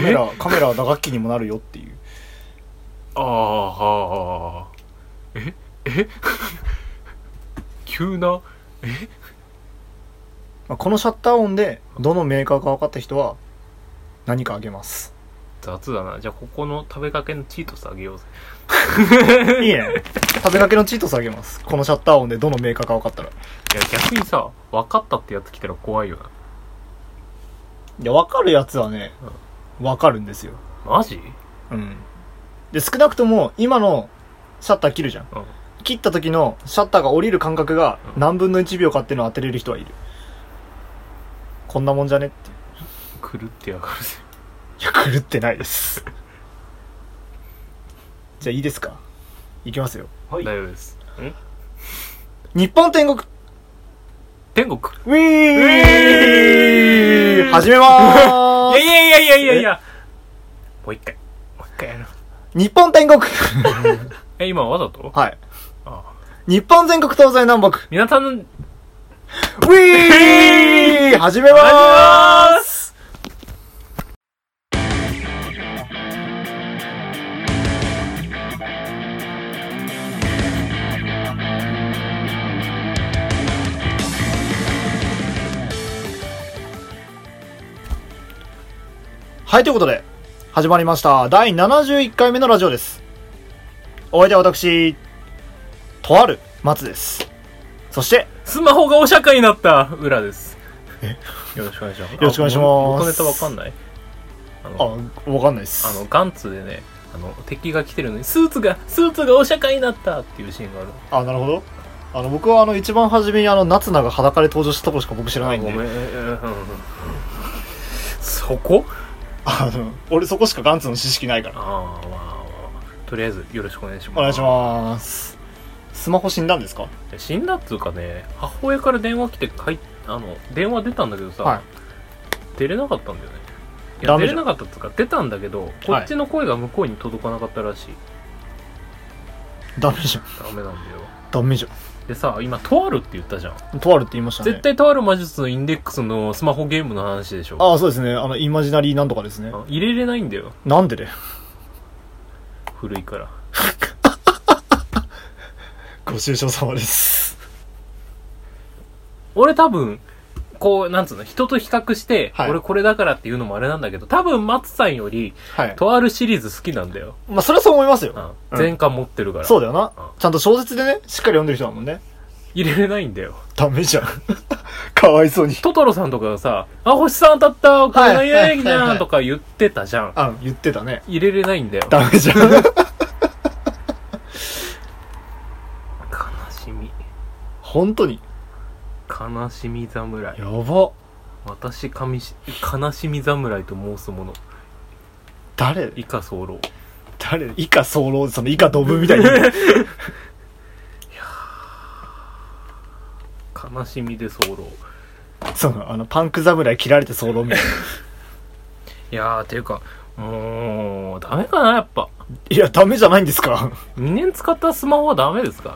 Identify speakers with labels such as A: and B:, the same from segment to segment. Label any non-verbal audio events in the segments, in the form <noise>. A: メラカメラは打楽器にもなるよっていう
B: ああはあええ <laughs> 急な
A: まあ、このシャッター音でどのメーカーか分かった人は何かあげます
B: <laughs> 雑だなじゃあここの食べかけのチートスあげようぜ
A: いいね食べかけのチートスあげますこのシャッター音でどのメーカーか分かったらい
B: いや逆にさ分かったってやつ来たら怖いよな
A: や分かるやつはね分かるんですよ
B: マジ
A: うんで少なくとも今のシャッター切るじゃん
B: うん
A: 切った時のシャッターが降りる感覚が
B: うん
A: 何分の1秒かっていうのを当てれる人はいるこんなもんじゃねって
B: 狂ってやがるぜ
A: いや狂ってないですじゃあいいですかいきますよ
B: 大丈夫ですん
A: 日本天国
B: 天国
A: ウィー
B: ウィー
A: 始めま
B: い
A: <laughs> ー
B: や
A: す
B: いやいやいやいやいやもう一回もう一回やろう
A: 日本天 <laughs> 国
B: え今わざと
A: はい。
B: ああ
A: 日本全国東西南北
B: 皆さんの
A: ウィー始めまーすはい、ということで、始まりました。第71回目のラジオです。お相手は私、とある松です。そして、
B: スマホがお釈迦になった裏ですよろしくお願いしますよ
A: ろしくお願いします
B: 元ネタわかんないあ
A: あ、
B: の
A: わかんないです。
B: あのガンツでねあの敵が来てるのにスーツがスーツがお釈迦になったっていうシーンがある
A: あ、なるほど。あの、僕はあの、一番初めにあの、夏菜が裸で登場したとこしか僕知らないん
B: ご
A: で。
B: めんそこ
A: あの、俺そこしかガンツの知識ないから。
B: ああ、まあまあとりあえずよろしくお願いします
A: お願いします。スマホ死んだんですか
B: す死んだっつうかね母親から電話来てかいあの電話出たんだけどさ、
A: はい
B: 出れなかったんだよねい
A: ダ
B: や
A: メ
B: 出
A: じゃ
B: れ
A: ん
B: なかったっつうか出たんだけどこっちの声が向こうに届かなかったらしい、
A: ダメじゃん。
B: ダメなんだよ
A: ダメじ
B: でさ今「とある」って言ったじゃん、
A: ゃん。とあるって言いましたね。
B: 絶対とある魔術のインデックスのスマホゲームの話でしょ
A: ああ、そうですね。あの、イマジナリーなんとかですね。
B: あ入れれないんだよ
A: なんでね。
B: 古いから
A: ご愁傷様です。
B: 俺多分こうなんつうの人と比較して、
A: はい
B: 俺これだからっていうのもあれなんだけど多分松さんより
A: はい。
B: とあるシリーズ好きなんだよ、
A: まあ、それはそう思います
B: う
A: よ。
B: ん
A: うん
B: 全巻持ってるから
A: そうだよな
B: うん。
A: ちゃんと小説でね、しっかり読んでる人だもんね。
B: 入れれないんだよ
A: ダメじゃん。 <laughs> かわいそうに。
B: トトロさんとかがさ「あ星さん当たったこれ何や
A: はい
B: りじ
A: はいはい
B: ゃ
A: は
B: ん」
A: い
B: とか言ってたじゃん
A: あ、言ってたね。
B: 入れれないんだよ
A: ダメじゃ
B: <laughs>
A: ん。
B: 悲しみ
A: 本当に。
B: 悲しみ侍
A: やば。
B: 私神し悲しみ侍と申す者
A: 誰
B: 以下候
A: 誰以下早漏その以下ドブみたいに言うな。
B: 悲しみで候
A: その、あの、パンク侍切られて早漏みたいな。
B: いやーていうかもうダメかなやっぱ
A: いや、ダメじゃないんですか。
B: 2年使ったスマホはダメですか
A: い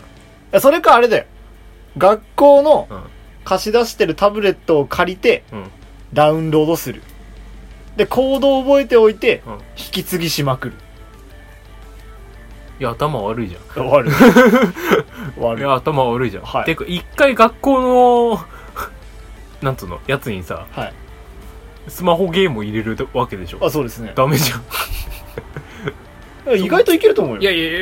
A: やそれかあれだよ。学校の
B: うん
A: 貸し出してるタブレットを借りて
B: うん
A: ダウンロードする。で、コードを覚えておいて
B: うん
A: 引き継ぎしまく
B: <laughs>
A: る。
B: いや頭悪いじゃん
A: 終わる。終わ
B: い
A: る。
B: や頭悪いじゃん、
A: はい
B: てか一回学校の <laughs> なんつうのやつにさ
A: はい。
B: スマホゲームを入れるわけでしょ
A: あ、そうですね。
B: ダメじゃん
A: 意外といけると思うよ。
B: いやいやいや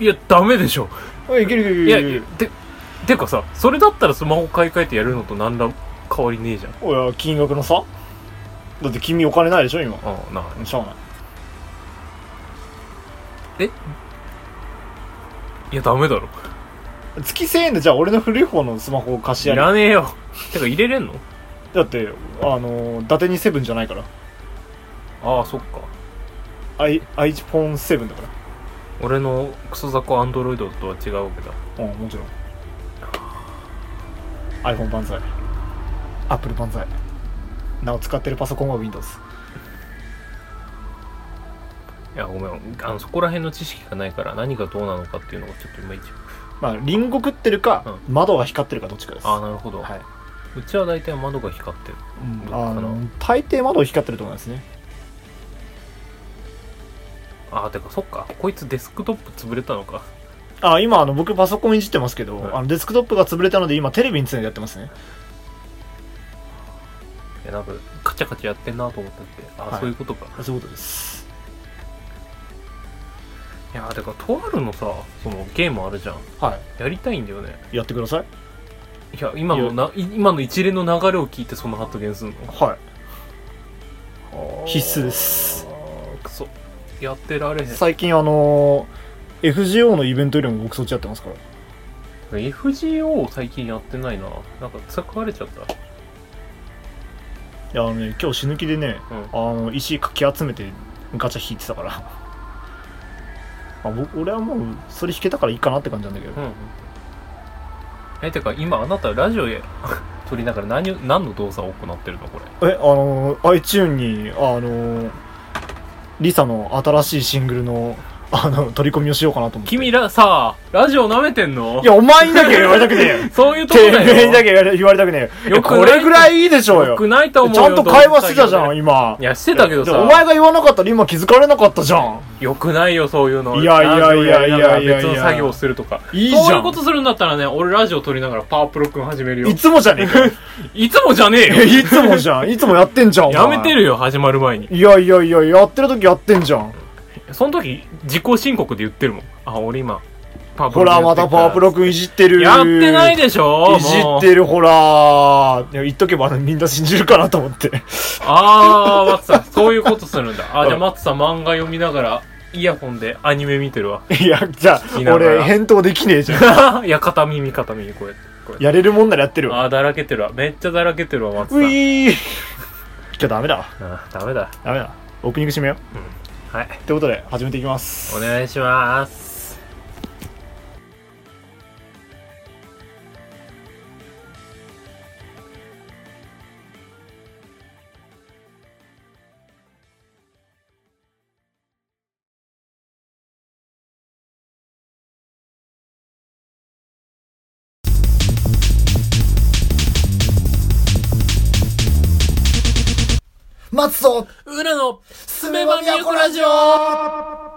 B: いやダメでしょ
A: うん、いけるいける
B: い
A: い
B: や
A: ける
B: い
A: い
B: や
A: ける。
B: ててかさそれだったらスマホ買い替えてやるのと何ら変わりねえじゃん
A: おや、金額の差だって君お金ないでしょ、今。
B: ああなあ
A: しゃあない。
B: いやダメだろ
A: 月1000円でじゃあ俺の古い方のスマホを貸し
B: い
A: やる。
B: らねえよてか入れれんの
A: だって、あの、伊達にセブンじゃないから。
B: ああそっか
A: アイ、アイフォンセブンだから。
B: 俺のクソ雑魚アンドロイドとは違うわけだ
A: うん、もちろん。iPhone 万歳。Apple 万歳。なお使ってるパソコンは Windows。
B: いやごめんあのそこら辺の知識がないから何がどうなのかっていうのがちょっといまいち
A: まあ、リンゴ食ってるか、窓が光ってるかどっちかです。
B: ああなるほど、
A: はい。
B: うちは大体窓が光ってる
A: うん
B: どうかな
A: あの、大抵窓光ってると思いますね。
B: ああてかそっかこいつデスクトップ潰れたのか
A: あ今あの僕パソコンいじってますけど、
B: はい
A: あのデスクトップが潰れたので今テレビに常にやってますね
B: いやなんかカチャカチャやってんなと思ったってああ、
A: はい
B: そういうことか
A: そういうことです
B: いやーてかとあるのさそのゲームあるじゃん
A: は
B: やりたいんだよね
A: いやってください
B: いや今のない今の一連の流れを聞いてその発言する
A: はい
B: の
A: 必須です
B: あーくそやってられへん
A: 最近あのー FGO のイベントよりも僕そっちやってますから
B: FGO 最近やってないななんか疲れちゃった
A: いやあのね今日死ぬ気でね
B: うん
A: あの石かき集めてガチャ引いてたからあ僕俺はもうそれ引けたからいいかなって感じなんだけど、
B: うんうんえてか今あなたラジオへ <laughs> 撮りながら何を何の動作を行ってるのこれ
A: えあの iTune にあのリサの新しいシングルのあの取り込みをしようかなと思って
B: 君らさラジオ舐めてんの
A: いやお前にだけは言われたくねえ
B: <laughs>
A: よ
B: そういうとこ
A: て
B: だよ
A: めえにだけは言われたくねえよ
B: よくない
A: これぐらいいいでしょうよ
B: よくないと思う
A: ちゃんと会話してたじゃん
B: い
A: 今
B: やしてたけど
A: じゃ
B: さ
A: あお前が言わなかったら今気づかれなかったじゃん
B: よくないよそういうの
A: いやいやいやいやいやいや
B: ラジオやりながら別の作業をするとか
A: いいじゃん
B: そういうことするんだったらね俺ラジオ撮りながらパワープロ君始めるよ
A: いつもじゃねえかよ
B: <laughs> いつもじゃねえよ
A: いつもじゃんいつもやってんじゃんお前
B: やめてるよ始まる前に
A: いやいやいややってる時やってんじゃん
B: その時自己申告で言ってるもんあ俺今パワー
A: ほらまたパワープロ君いじってる
B: やってないでしょ
A: いじってるほらいや言っとけばみんな信じるかなと思って <laughs>
B: ああ、松さん、そういうことするんだ。あーじゃあ松さん漫画読みながら、イヤホンでアニメ見て
A: <laughs>
B: るわ。
A: いやじゃあ
B: きながら
A: 俺返答できねえじゃん
B: いや、片耳、片耳、こうやって。こうやって
A: やれるもんならやってるわ
B: ああ、だらけてるわ。めっちゃだらけてるわ、松
A: <laughs>
B: さ。
A: うんいー <laughs> 今日ダメだわ
B: あーダメだ。
A: ダメだオープニング締めよ
B: はい。
A: うってことで始めていきます
B: お願いします。
A: 待つぞ
B: 裏の、すめばみゆこラジオ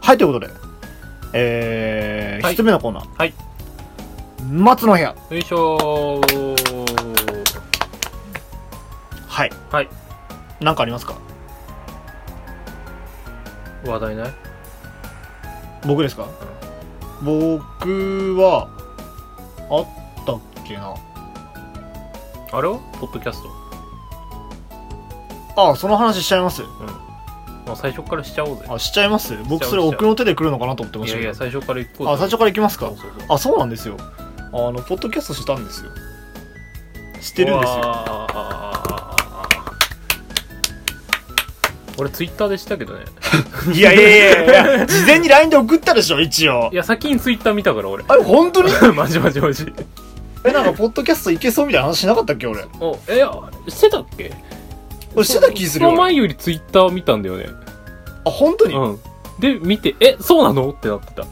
A: はいということでえー、
B: はい
A: 一つ目のコーナー
B: はい
A: 松の部屋
B: よいしょー。
A: はい
B: はい。
A: なんかありますか
B: 話題ない
A: 僕ですか僕はあったっけな
B: あれはポッドキャスト。
A: あその話しちゃいます
B: もう最初からしちゃおうぜ。
A: あしちゃいます僕
B: しち
A: そ
B: ゃう
A: れ奥の手で来るのかなと思ってま
B: い
A: した
B: や
A: け
B: い
A: ど
B: や、最初から行こうぜ
A: あ最初から行きますか
B: そうそうそう
A: あそうなんですよあのポッドキャストしたんですよしてるんですよ
B: わー俺ツイッターでしたけどね
A: <laughs> いやいやいやいや事前に LINE で送ったでしょ一応
B: いや先にツイッター見たから俺 <laughs>
A: あれ本当に <laughs>
B: マジマジマジ
A: えなんかポッドキャストいけそうみたいな話しなかったっけ俺
B: おえあれしてたっけ
A: 俺してた気するよ
B: その
A: 俺
B: 前よりツイッター見たんだよね
A: あ本当に、
B: うんで見てえそうなのってなってた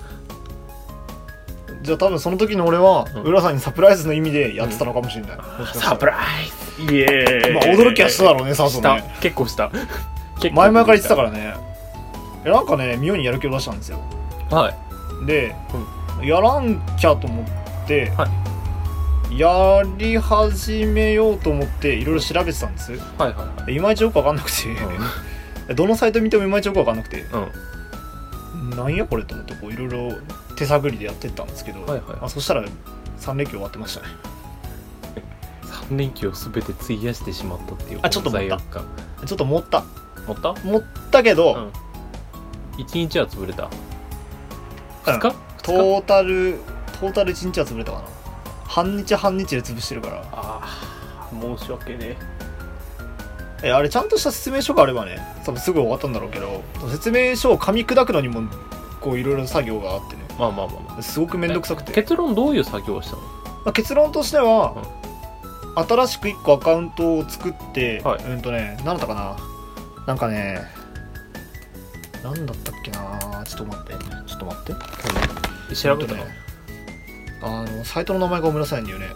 A: じゃあ多分その時の俺は、
B: うん
A: 浦さんにサプライズの意味でやってたのかもしれない、もしかしたら
B: ライズイエーイ
A: まあ驚きはしただろうねさ
B: し
A: ぞ
B: た
A: ね
B: 結構した結構
A: <laughs> 前々から言ってたからねえなんかね妙にやる気を出したんですよ
B: らはい
A: で、やらんきゃと思って、
B: は
A: やり始めようと思っていろいろ調べてたんです
B: はいはい
A: でいまいちよく分かんなくて、
B: は
A: <laughs> どのサイト見てもいまいちよく分かんなくて
B: いうん、うん、
A: なんやこれと思ってこういろいろ手探りでやってったんですけど、
B: はいはい
A: あそしたら3連休終わってましたね
B: 3連休を全て費やしてしまったっていう
A: あちょっと待った
B: 罪悪感
A: ちょっと持った
B: 持った
A: 持ったけど、
B: うん1日は潰れた
A: うん
B: 2日、
A: トータルトータル1日は潰れたかな半日半日で潰してるから
B: ああ申し訳ね
A: えあれちゃんとした説明書があればね多分すぐ終わったんだろうけど説明書を噛み砕くのにもこういろいろ作業があってね
B: まあまあまあ、ます
A: ごく面倒くさく
B: あ、
A: て、
B: 結論どういう作業をしたの
A: まあ、結論としては、新しく1個アカウントを作って、
B: はい
A: うんとね何だったかななんかね何だったっけなちょっと待ってちょっと待って
B: 調べたの、
A: うんとねあのサイトの名前がごめんなさいんだよね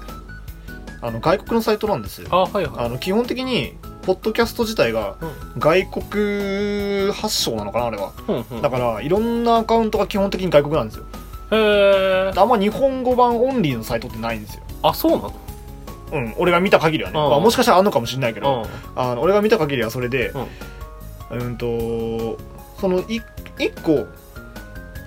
A: あの外国のサイトなんですよ
B: あはいはい
A: あの基本的にポッドキャスト自体が外国発祥なのかなあれは
B: うんうん
A: だからいろんなアカウントが基本的に外国なんですよ
B: へえ
A: あんま日本語版オンリーのサイトってないんですよ
B: あそうな
A: うん俺が見た限りはね、
B: うん
A: まあ、もしかしたらあんのかもしれないけど、
B: の
A: あの俺が見た限りはそれでうんとそのい一個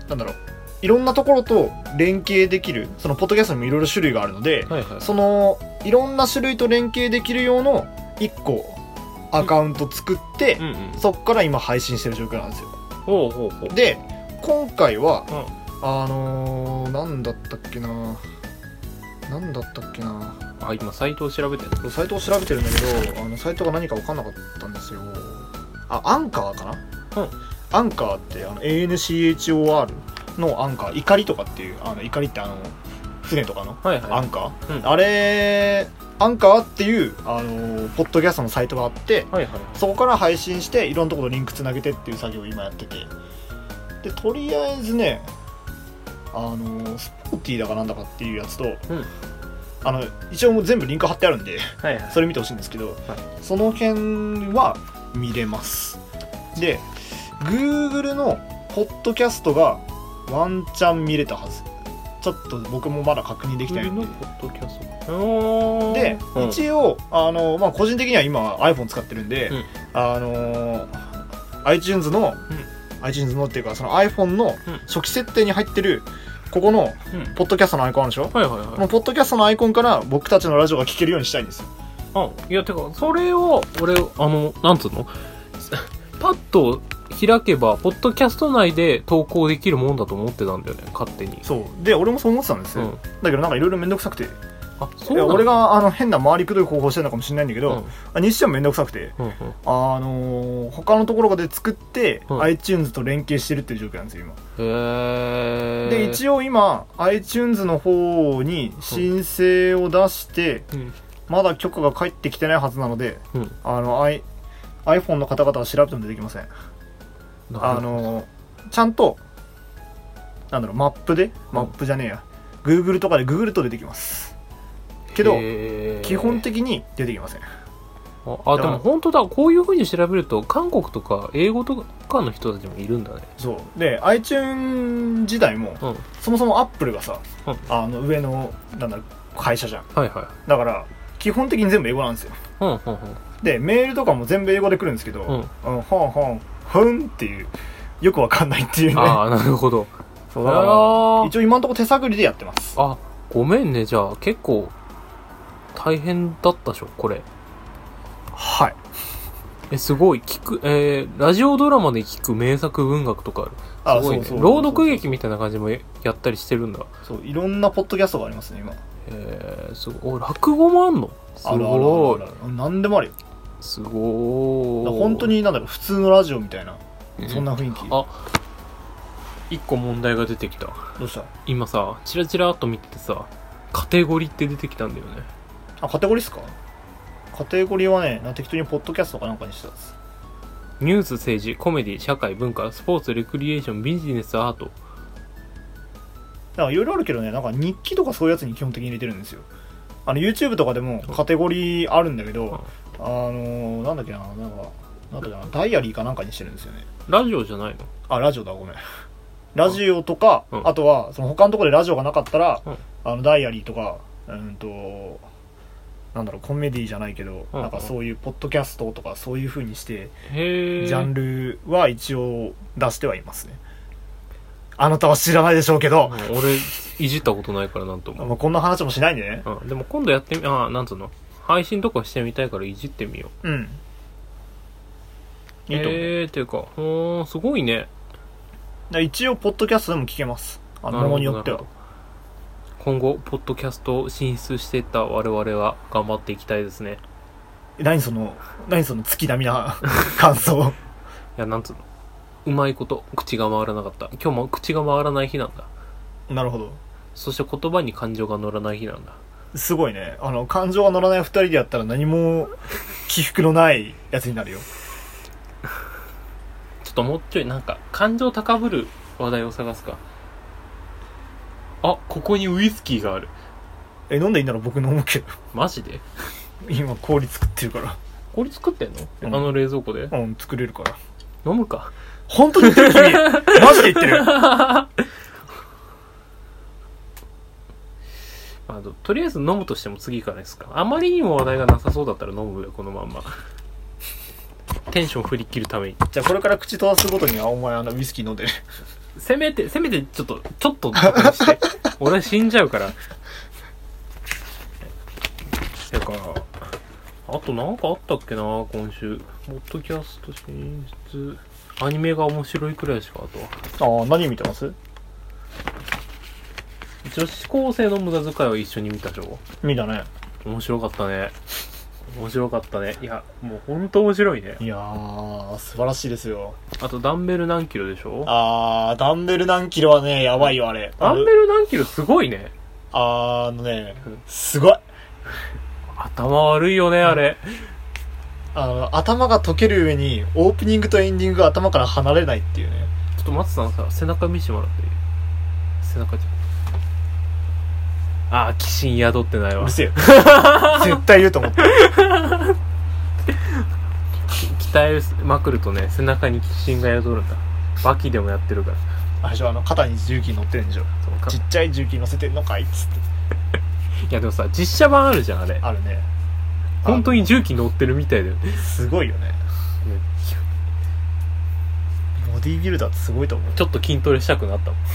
A: なんだろういろんなところと連携できるそのポッドキャストにもいろいろ種類があるので
B: うんはいはい
A: そのいろんな種類と連携できる用の1個アカウント作って、
B: うんうん
A: そっから今配信してる状況なんですよ
B: ほうほうほう
A: で今回は、あのー、なんだったっけななんだったっけな
B: あ今サイトを調べてる
A: サイトを調べてるんだけどあのサイトが何か分かんなかったんですよあアンカーかな、
B: うん
A: アンカーってあの ANCHOR のアンカー怒りとかっていうあの怒りってあの船とかの
B: はい
A: ア
B: は
A: ンカー、
B: うん
A: あれアンカーっていうあのポッドキャストのサイトがあって
B: いはいはい
A: そこから配信していろんなところとリンクつなげてっていう作業を今やっててでとりあえずねあのスポーティーだかなんだかっていうやつと、
B: ん
A: あの一応もう全部リンク貼ってあるんで
B: はいはい
A: それ見てほしいんですけど、その辺は見れますで Google のポッドキャストがワンチャン見れたはずちょっと僕もまだ確認できてないんで
B: のポッドキャストおー
A: で、
B: うん
A: 一応あの、まあ、個人的には今 iPhone 使ってるんで、
B: うん
A: あの iTunes の、iTunes のっていうかその iPhone の初期設定に入ってるここの
B: うん
A: ポッドキャストのアイコンあるでしょ、
B: はいはい
A: こ
B: は
A: のポッドキャストのアイコンから僕たちのラジオが聴けるようにしたいんですよ
B: い。うん。いや、てか、それを、俺、あの、なんつうの <laughs> パッと開けば、ポッドキャスト内で投稿できるもんだと思ってたんだよね、勝手に。
A: そうで俺もそう思ってたんです
B: う
A: よ、
B: ん。
A: だけどなんかいろいろ面倒くさくて
B: あ、
A: いう
B: そな
A: や
B: の
A: 俺、があの変な回りくどい方法してるのかもしれないんだけ
B: うん。
A: ど、あにしても面倒くさくて
B: うんうん
A: あのー他のところで作って、
B: うん
A: iTunes と連携してるっていう状況なんですよ今
B: へー。
A: で一応今 iTunes の方に申請を出して、
B: うん
A: まだ許可が返ってきてないはずなので、
B: うん
A: あの I iPhone の方々は調べても出てきませんあ、のちゃんとなんだろうマップでマップじゃねえや、Google とかでググると出てきますけど基本
B: 的
A: 的に出てきません
B: あ、でも本当だ、こういうふうに調べると、韓国とか英語とかの人たちもいるんだね。
A: そうで iTunes 自体も
B: うん。はい
A: そもそも Apple がさ、
B: うん
A: あの上のなんだろう会社じゃん
B: はい。
A: だから基本的に全部英語なんですよ
B: うんうんうん。
A: でメールとかも全部英語で来るんですけど「
B: うん
A: うん、ほんほんふん」っていうよくわかんないっていうね
B: ああ、 <laughs> なるほど。
A: そうだから
B: あー
A: 一応今のところ手探りでやってます
B: あ、ごめんね、じゃあ結構大変だったでしょ、これ。
A: はい
B: え、すごい、聞く、えー、ラジオドラマで聞く名作文学とかあ
A: あ
B: る。すごいね。朗読劇みたいな感じもやったりしてるんだ。
A: そういろんなポッドキャストがありますね今
B: えー、すごい。お落語もあんのす
A: あるあるあ
B: ご
A: る
B: い。
A: あるうん何でもあるよ
B: すご
A: だから
B: い。
A: 本当、になんだろう普通のラジオみたいなそん
B: な。
A: な雰囲気
B: あ一個問題が出てきた。
A: どうした
B: 今さ、チラチラっと見ててさ、カテゴリーって出てきたんだよね。
A: あカテゴリーっすかカテゴリーはねな適当にポッドキャストかなんかにしてたんです
B: ニュース、政治、コメディ、社会、文化、スポーツ、レクリエーション、ビジネス、アート。
A: なんかいろいろあるけどねなんか日記とかそういうやつに基本的に入れてるんですよあの YouTube とかでもカテゴリーあるんだけどあのー、なんだっけななんかなんだっけなダイアリーかなんかにしてるんですよね
B: ラジオじゃないの
A: あラジオだごめんラジオとか、
B: うん
A: あとはその他のところでラジオがなかったら、
B: うん
A: あのダイアリーとかうんとなんだろうコメディじゃないけど、
B: うん
A: なんかそういうポッドキャストとかそういう風にして
B: へえ。
A: ジャンルは一応出してはいますね。あなたは知らないでしょうけど、
B: うん俺、いじったことないからなんとも。
A: まあ、こんな話もしないんでね。
B: うん、でも今度やってみ、ああ、なんつうの配信とかしてみたいからいじってみよ
A: うん。
B: う。
A: いいと思う。
B: えー、っていうか、ほーん、すごいね。
A: で一応、ポッドキャストでも聞けます。あの、
B: なる
A: もの
B: ほど
A: によっては
B: なる。今後、ポッドキャストを進出していった我々は頑張っていきたいですね。
A: 何その、何その月並み
B: <laughs>
A: な感想。
B: いや、なんつうのうまいこと、口が回らなかった。今日も口が回らない日なんだ。
A: なるほど。
B: そして言葉に感情が乗らない日なんだ。
A: すごいね。あの、感情が乗らない二人でやったら何も起伏のないやつになるよ。
B: ちょっともうちょいなんか、感情高ぶる話題を探すか。あここにウイスキーがある
A: え飲んでいいなら僕飲むけど <laughs>
B: マジで
A: 今氷作ってるから
B: 氷作ってんの、
A: うん
B: あの冷蔵庫で
A: うん作れるから
B: 飲むか
A: 本当に言ってる
B: <laughs>
A: 君マジで言ってる
B: あのとりあえず飲むとしても次からですかあまりにも話題がなさそうだったら飲むよこのまんまテンション振り切るために
A: じゃあこれから口閉ざすごとにあお前あのウイスキー飲んでる
B: せめてせめてちょっとちょっととかにして
A: <laughs>
B: 俺死んじゃうからてかあとなんかあったっけな今週ポッドキャスト進出アニメが面白いくらいしかあとは
A: ああ何見てます
B: 女子高生の無駄遣いを一緒に見たでしょ
A: 見たね
B: 面白かったね面白かったねいやもうほんと面白いね
A: いやー素晴らしいですよ
B: あとダンベル何キロでしょ
A: あーダンベル何キロはねやばいよあれ
B: ダンベル何キロすごいね
A: あーあのね
B: うん
A: すごい
B: 頭悪いよねあれ
A: あの頭が溶ける上にオープニングとエンディングが頭から離れないっていうね
B: ちょっと松さんさ背中見してもらっていい背中じゃんああ鬼神宿ってないうわ
A: るせえ <laughs> 絶対言うと思って
B: 鍛えまくるとね背中に鬼神が宿るんだバキでもやってるから
A: あれでしょあの肩に重機乗ってるんでしょ
B: そうか
A: ちっちゃい重機乗せてんのかいっつって
B: いやでもさ実写版あるじゃんあれ
A: あるね
B: 本当に重機乗ってるみたいだよね
A: あのすごいよねボディービルダーってすごいと思う
B: ちょっと筋トレしたくなったもん
A: い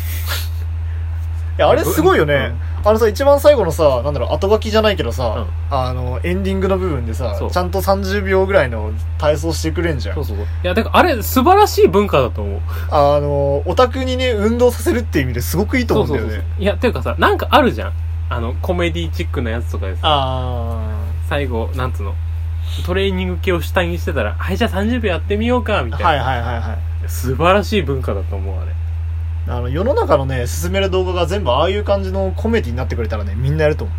A: やあれすごいよね、あのさ一番最後のさなんだろう後書きじゃないけどさ、あのエンディングの部分でさ
B: そう
A: ちゃんと30秒ぐらいの体操してくれんじゃ
B: そ
A: ん
B: うそうそういやだからあれ素晴らしい文化だと思う
A: あのオタクにね運動させるっていう意味ですごくいいと思うんだよね
B: そうそうそういやていうかさなんかあるじゃんあのコメディチックなやつとかです
A: あ
B: 最後なんつうのトレーニング系を主体にしてたらはいじゃあ30秒やってみようかみ
A: あ
B: たいな、
A: はいはいはいはい
B: 素晴らしい文化だと思うあれ
A: あの世の中のね進める動画が全部ああいう感じのコメディになってくれたらねみんなやると思う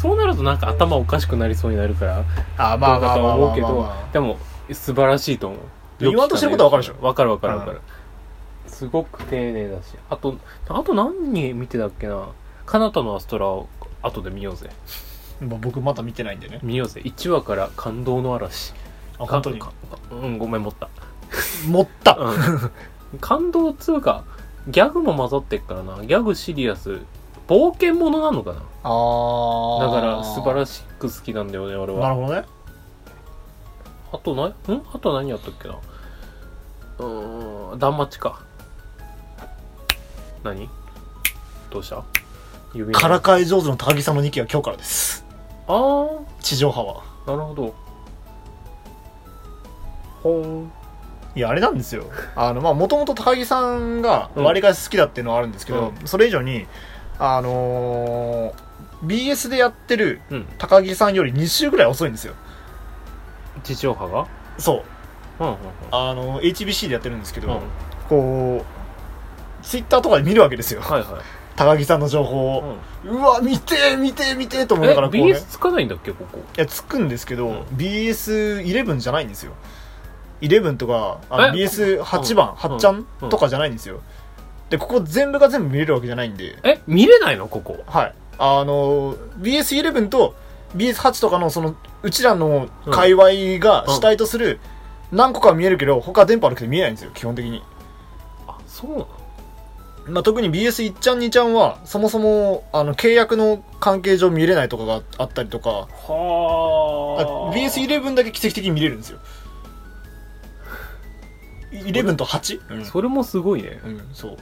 B: そうなるとなんか頭おかしくなりそうになるから
A: ああ
B: ど
A: まあま
B: うか
A: あ
B: と
A: ま
B: は
A: あ
B: 思うけ
A: まあま
B: ど
A: あまあ
B: でも素晴らしいと思う
A: で言わんとしてることはわかるでしょ
B: わかるわかるわかる、すごく丁寧だしあとあと何人見てたっけな「彼方のアストラ」を後で見ようぜ
A: まあ僕まだ見てないんでね
B: 見ようぜ1話から感動の嵐
A: あ本当に
B: かかうんごめん持った
A: 持った、
B: うん <laughs> 感動っつうかギャグも混ざってっからなギャグシリアス冒険ものなのかな
A: ああ
B: だから素晴
A: し
B: らしく好きなんだよね俺
A: なる
B: は
A: ほどね
B: あとなんあと何やったっけなうーんダンマチか何どうした指の
A: からかい上手の高木さんの2期は今日からです
B: あー
A: 地上波は
B: なるほどほーん
A: いやあれなんですよあのまあもともと高木さんがわりかし好きだっていうのはあるんですけど、それ以上にあのー BS でやってる
B: うん
A: 高木さんより2週ぐらい遅いんですよ
B: 地上波が
A: そう
B: うんうん
A: あの HBC でやってるんですけど、
B: うんうん
A: こうツイッターとかで見るわけですよ
B: はいはい
A: 高木さんの情報を、
B: う
A: うわ見てー見てー見てーと
B: ん
A: 思い
B: え
A: ながらこう、ね、
B: BS つかないんだっけここ
A: いやつくんですけど、
B: うん
A: BS11 じゃないんですよ11とかあの
B: え
A: BS8 番、八8ちゃん
B: うん
A: とかじゃないんですよでここ全部が全部見れるわけじゃないんで
B: え見れないのここ
A: はいあの BS11 と BS8 とかのそのうちらの界隈が主体とする何個かは見えるけど他電波悪くて見えないんですよ基本的に、
B: あそうなの
A: まあ、特に BS1 ちゃん2ちゃんはそもそもあの契約の関係上見れないとかがあったりとかあ
B: は
A: BS11 だけ奇跡的に見れるんですよ11と 8? うん
B: それもすごいね
A: うん、そう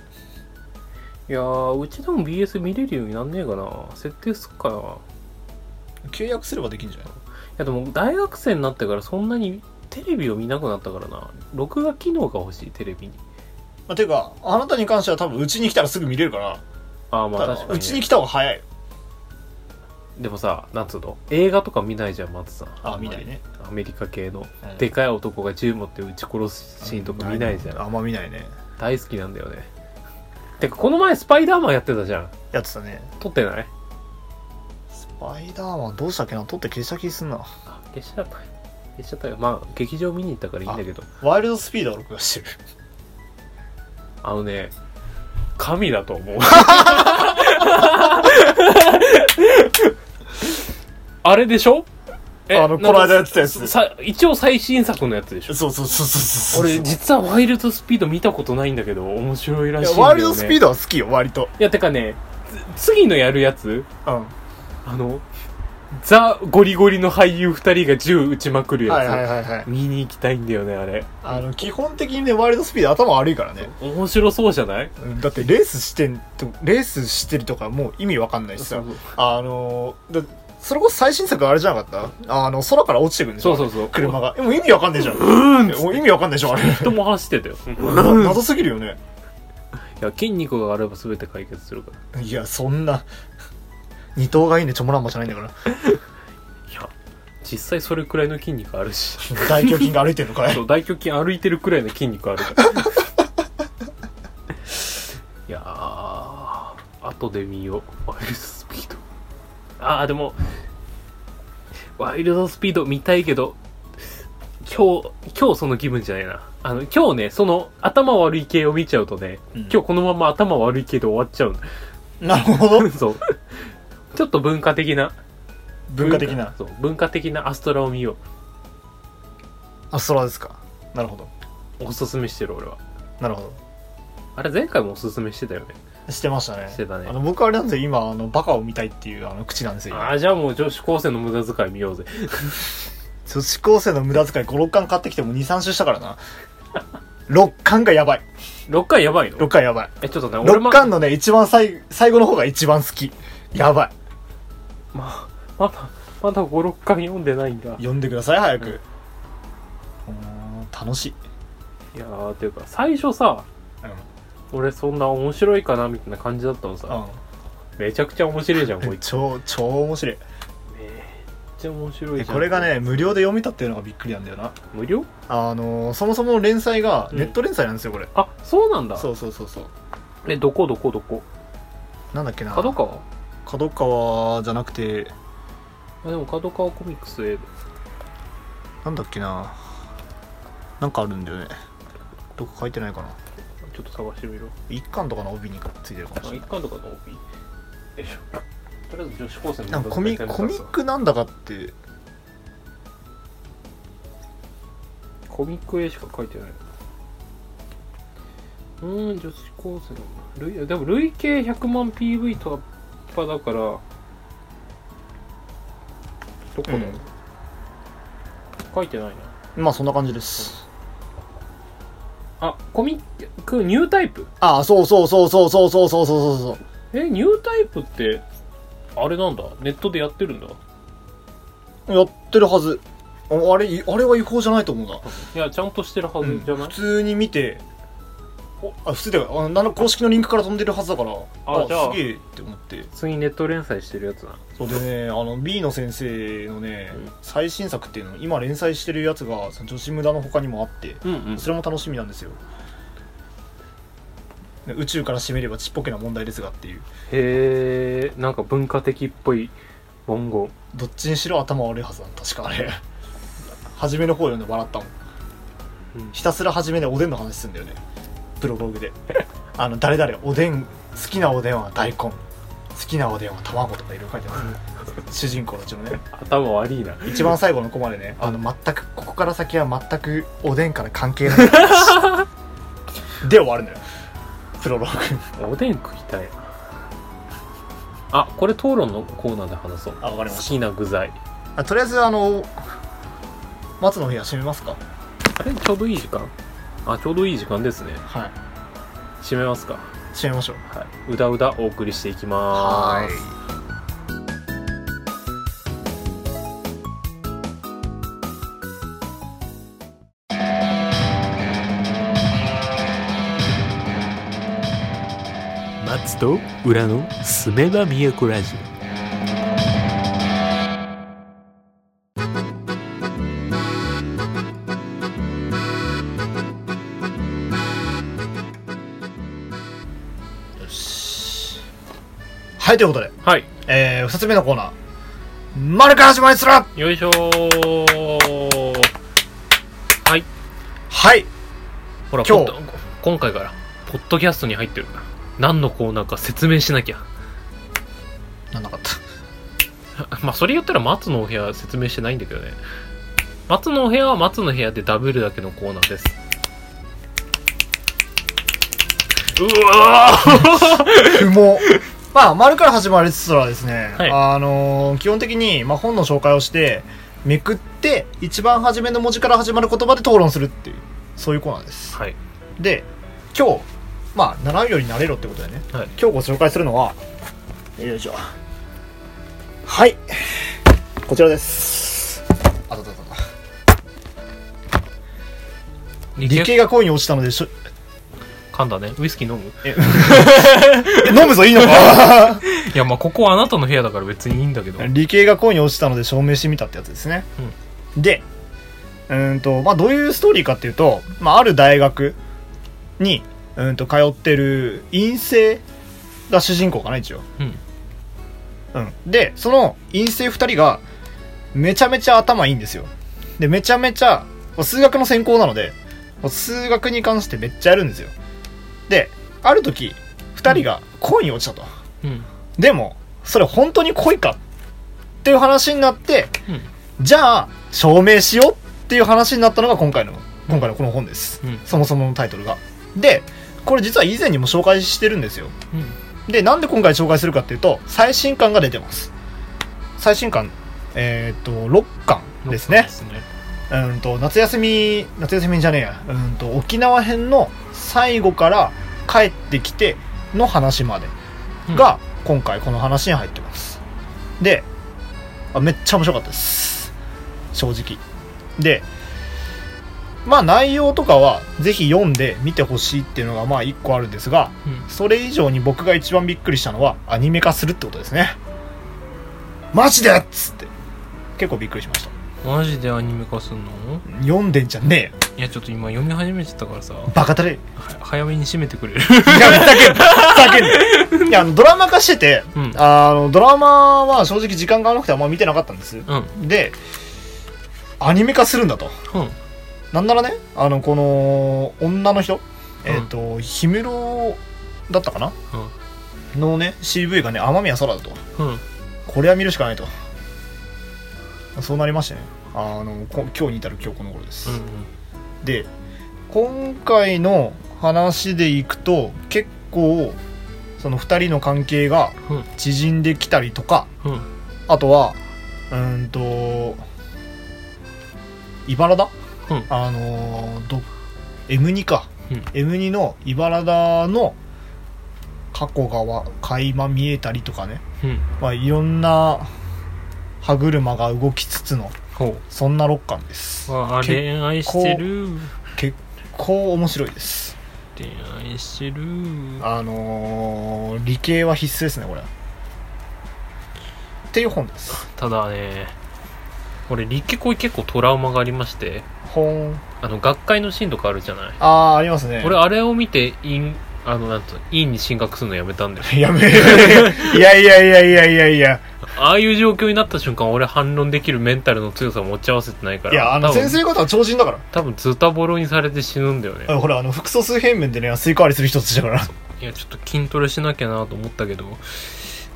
B: いやーうちでも BS 見れるようになんねえかな設定すっかない
A: 契約すればできるんじゃない
B: やでも大学生になってからそんなにテレビを見なくなったからな録画機能が欲しいテレビに
A: まあ、ていうかあなたに関しては多分うちに来たらすぐ見れるから
B: ああまあ
A: ただ
B: 確か
A: う
B: に
A: ち
B: ね、
A: に来た方が早い
B: でもさなんつうの映画とか見ないじゃん松さん
A: あ
B: んまり
A: 見ないね
B: アメリカ系の、
A: うん
B: でかい男が銃持って撃ち殺すシーンとか見ないじゃん
A: あんま見ないね
B: 大好きなんだよねてかこの前スパイダーマンやってたじゃん
A: やってたね
B: 撮ってない
A: スパイダーマンどうしたっけな撮って消した気すんな
B: あ消しちゃった消しちゃったよまあ劇場見に行ったからいいんだけど
A: ワイルドスピードを録画してる
B: あのね、神だと思う。 <laughs> あれでしょ
A: あのこの間やってたやつ
B: なんかさ一応最新作のやつでしょ
A: そうそうそうそうそう
B: 俺実はワイルドスピード見たことないんだけど面白いら
A: い
B: しい
A: や
B: んだ
A: ワ
B: よ、ね、
A: イルドスピー
B: ド
A: ドは好きよ割と
B: いやてかねつ次のやるやつ
A: うんは
B: あのザ・ゴリゴリの俳優2人が銃撃ちまくる
A: い
B: やつ、
A: はいはいはい
B: 見に行きたいんだよねあれ
A: あの基本的にねワイルドスピード頭悪いからね
B: 面白そうじゃない
A: うんだってレースしてんとレースしてるとかもう意味わかんないし
B: そ
A: さ
B: う
A: あのだそれこそ最新作あれじゃなかったあの空から落ちてくるんでしょ
B: そうそ
A: <laughs>
B: うそう
A: 車がえもう意味わかんないじゃんもう意味わかんないでしょあれ
B: 人も走ってたよ
A: <laughs> な謎すぎるよね
B: いや筋肉があれば全て解決するから
A: いやそんな二頭がいいねチョモランマじゃないんだから
B: いや実際それくらいの筋肉あるし <laughs>
A: 大胸筋が歩いてるのかい
B: そう大胸筋歩いてるくらいの筋肉あるからいやー後で見ようワイルドスピードあーでもワイルドスピード見たいけど今日今日その気分じゃないなあの今日ねその頭悪い系を見ちゃうとね、
A: うん
B: 今日このまま頭悪い系で終わっちゃうんだ
A: なるほど
B: <laughs> そうちょっと文化的な
A: 文化的な
B: そう文化的なアストラを見よ
A: あそらですかなるほど
B: うおすすめしてる俺は
A: なるほ
B: あれ前回もおすすめしてたよね
A: どしてましたね
B: してたね
A: あの僕あれなんですよ今あのバカを見たいっていうあの口なんですよ今
B: ああじゃあもう女子高生の無駄遣い見ようぜ
A: 女子高生の無駄遣い56巻買ってきても23週したからな6巻がやばい
B: 6回やばい
A: 6
B: の
A: 巻やばい
B: えちょっとね俺
A: 6
B: ま
A: 巻のね一番最最後の方が一番好きやばい
B: ままだまだ56巻読んでないんだ
A: 読んでください早く、うーん楽しい、
B: いやーていうか最初さ
A: うん
B: 俺そんな面白いかなみたいな感じだったのさめちゃくちゃ面白いじ
A: <laughs>
B: ゃんこ
A: う
B: い
A: ん、
B: つ
A: 超超面白い
B: めっちゃ面白い
A: で
B: じゃん
A: これがね無料で読めたっていうのがびっくりなんだよな
B: 無料
A: あのーそもそもの連載が
B: うん
A: ネット連載なんですよこれ、
B: あそうなんだ
A: そうそうそうそう
B: えどこどこどこ
A: なんだっけな
B: 角川
A: 角川じゃなくて
B: あでも角川コミックスウェーブ
A: なんだっけななんかあるんだよねどこ書いてないかな
B: ちょっと探してみろ
A: 一巻とかの帯についてるかもし
B: あ
A: れ
B: 一
A: ない
B: 巻とかの OB よいしょとりあえず女子高生の
A: なんかコミコミックなんだかって
B: コミック絵しか書いてないうーん女子高生の累でも累計100万 PV 突破だからどこだろう、
A: うん
B: 書いてないな
A: まあそんな感じです
B: あコミックニュータイプ
A: ああそうそうそうそうそうそうそうそうそう
B: えニュータイプってあれなんだネットでやってるんだ
A: やってるはずああれいあれは違法じゃないと思うな、
B: いやちゃんとしてるはずじゃない、
A: 普通に見ておあ普通だよあなんか公式のリンクから飛んでるはずだから
B: あじゃあ
A: すげえって思って
B: 普通にネット連載してるやつな
A: そうでねあの B の先生のね、
B: うん
A: 最新作っていうの今連載してるやつがその女子無駄の他にもあって
B: うんうん
A: それも楽しみなんですよね宇宙から占めればちっぽけな問題ですがっていう
B: へえんか文化的っぽい文言
A: どっちにしろ頭悪いはずなん確かあれ初めの方読んで笑ったもん
B: うん
A: ひたすら初めでおでんの話すんだよねプロローグで <laughs> あの誰々おでん好きなおでんは大根好きなおでんは卵とかいろいろ書いてます主人公のうちのね
B: 頭悪いな
A: 一番最後のコマでねあの全くここから先は全くおでんから関係ない
B: <laughs>
A: で終わるのよプロローグ
B: おでん食いたいなあこれ討論のコーナーで話そう
A: あわかりま
B: 好
A: し
B: きな具材
A: たあとりあえずあの松の部屋閉めますか
B: あれちょうどいい時間あちょうどいい時間ですね
A: はい
B: 締めますか
A: 閉めましょう
B: はいうだうだお送りしていきま
A: は
B: ーす
A: ーい
B: 松と裏のすめば都ラジ
A: よしはいということで
B: オはい
A: えー、2つ目のコーナー「丸から始まりする!」
B: よいしょーはい
A: はい
B: ほら
A: 今日
B: ポッド今回からポッドキャストに入ってるから何のコーナーか説明しなきゃ
A: なんなかった
B: まあそれ言ったら松のお部屋説明してないんだけどね松のお部屋は松の部屋でダブルだけのコーナーですうわー
A: 不毛 <laughs> まあ丸から始まりつつはですね、
B: はい
A: あのー基本的に、まあ、本の紹介をしてめくって一番初めの文字から始まる言葉で討論するっていうそういうコーナーです
B: はい
A: で今日まあ習うより慣れろってことだよね
B: はい
A: 今日ご紹介するのはよいしょはいこちらですあたたたた理系が恋に落ちたのでしょ
B: 噛んだねウイスキー飲む
A: <laughs> え飲むぞいいの <laughs> か
B: いやまあここはあなたの部屋だから別にいいんだけど
A: 理系が恋に落ちたので証明してみたってやつですね、でうーんとまあどういうストーリーかっていうと、まあ、ある大学にうーんと通ってる陰性が主人公かな一応
B: うん
A: うん、でその陰性2人がめちゃめちゃ頭いいんですよでめちゃめちゃ数学の専攻なので数学に関してめっちゃやるんですよである時2人が恋に落ちたと、
B: うん
A: でもそれ本当に恋かっていう話になって
B: うん
A: じゃあ証明しようっていう話になったのが今回の今回のこの本です、
B: うん
A: そもそものタイトルがでこれ実は以前にも紹介してるんですよ
B: うん
A: でなんで今回紹介するかっていうと最新刊が出てます最新刊えっ、と6巻ですね
B: そうですね
A: うんと夏休み夏休みじゃねえやうんと沖縄編の最後から帰ってきての話までが今回この話に入ってますであめっちゃ面白かったです正直でまあ内容とかはぜひ読んで見てほしいっていうのがまあ1個あるんですが
B: うん
A: それ以上に僕が一番びっくりしたのはアニメ化するってことですねマジでっつって結構びっくりしました
B: マジでアニメ化すんの
A: 読んでんじゃねえよ
B: いやちょっと今読み始めてたからさは
A: バカたれや
B: 早めに締めてくれる
A: め叫んで叫んでいやあのドラマ化してて
B: うん
A: あのドラマは正直時間がなくてあんま見てなかったんです
B: うん
A: でアニメ化するんだと
B: うん
A: なんならねあのこの女の人えっ、と氷室だったかなのね CV がね雨宮空だと
B: うんうん
A: これは見るしかないとそうなりましてねあのこ今日に至る今日この頃です、で今回の話でいくと結構その2人の関係が
B: うん
A: 縮んできたりとか
B: うんうん
A: あとはうーんと茨城
B: うん
A: あのど M2 か、
B: うん
A: M2 の茨城の過去がわ垣間見えたりとかね、
B: うん
A: まあ、いろんな歯車が動きつつの
B: ほ
A: そんな6巻です
B: うわあ
A: 結
B: 恋愛してる
A: 結構面白いです
B: 恋愛してる
A: あのー理系は必須ですねこれっていう本です
B: ただね俺立ケ恋結構トラウマがありまして
A: 本
B: あの学会のシーンとかあるじゃない
A: ああありますね
B: 俺あれを見て院あのなんつうの院に進学するのやめたんだよ
A: やめ <laughs> いやいやいやいやいやいや
B: ああいう状況になった瞬間俺反論できるメンタルの強さを持ち合わせてないから
A: いやあの
B: 多分
A: 先生方は超人だから
B: 多分ズタボロにされて死ぬんだよね
A: あほらあの複素数変面でねスイカ割りする人たちだから
B: いやちょっと筋トレしなきゃなと思ったけど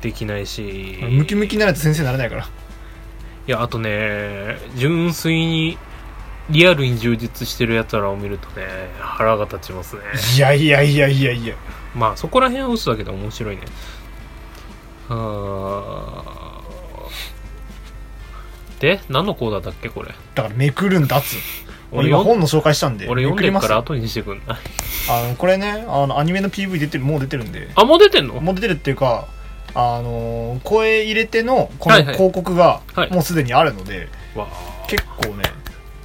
B: できないし
A: ムキムキになると先生になれないから
B: いやあとね純粋にリアルに充実してるやつらを見るとね腹が立ちますね
A: いやいやいやいやいや
B: まあそこら辺は嘘だけど面白いねあーで何のコーナーだっけこれ
A: だからめくるんだっつう俺
B: 俺
A: 今
B: よん
A: 本の紹介したんで
B: 俺読
A: め
B: ん
A: くり
B: でる
A: ます
B: から後にしてくんない
A: あのこれねあのアニメの PV 出てるもう出てるんで
B: あもう出てんの
A: もう出てるっていうかあのー声入れてのこの
B: はいはい
A: 広告が
B: はい
A: もうすでにあるので、
B: わ
A: 結構ね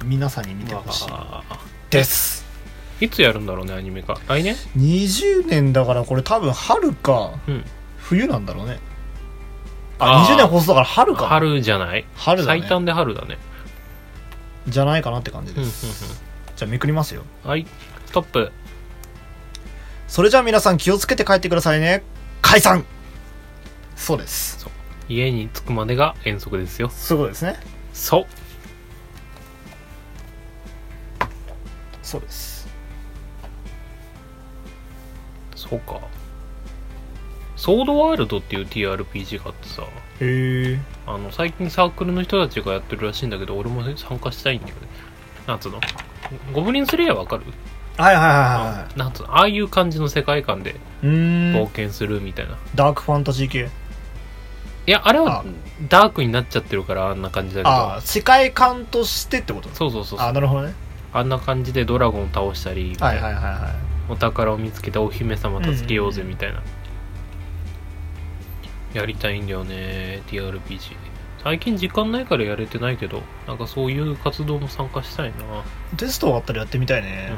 A: 皆さんに見て
B: ーわ
A: ほしい
B: ー
A: です
B: いつやるんだろうねアニメ化来年
A: 20年だからこれ多分春か
B: うん
A: 冬なんだろうねあ
B: あー
A: 20年放送だから春か
B: 春じゃない
A: 春だね
B: 最短で春だね
A: じゃないかなって感じ
B: うん
A: で
B: うん
A: す、じゃあめくりますよ
B: うんはいストップ
A: それじゃあ皆さん気をつけて帰ってくださいね解散そうです
B: 家に着くまでが遠足ですよ
A: そういうことですね
B: そう
A: そうです
B: そうかソードワールドっていう TRPG があってさ
A: へえ
B: あの最近サークルの人たちがやってるらしいんだけど俺もね参加したいんだよねなんつうのゴブリンスレイヤーわかる
A: はいはいはいは
B: あなんつうのああいう感じの世界観で
A: いうー
B: 冒
A: ん
B: 険するみたいな、
A: ダークファンタジー系
B: いやあれは
A: あ
B: ダークになっちゃってるからあんな感じだけ
A: ああ
B: ど
A: 世界観としてってこと
B: そうそうそうそう
A: ああなるほどね
B: あんな感じでドラゴンを倒したりみた
A: はいい
B: な
A: はいはいはい
B: お宝を見つけたお姫様助けようぜみたいな、やりたいんだよね TRPG 最近時間ないからやれてないけどなんかそういう活動も参加したいな、
A: テスト終わったらやってみたいね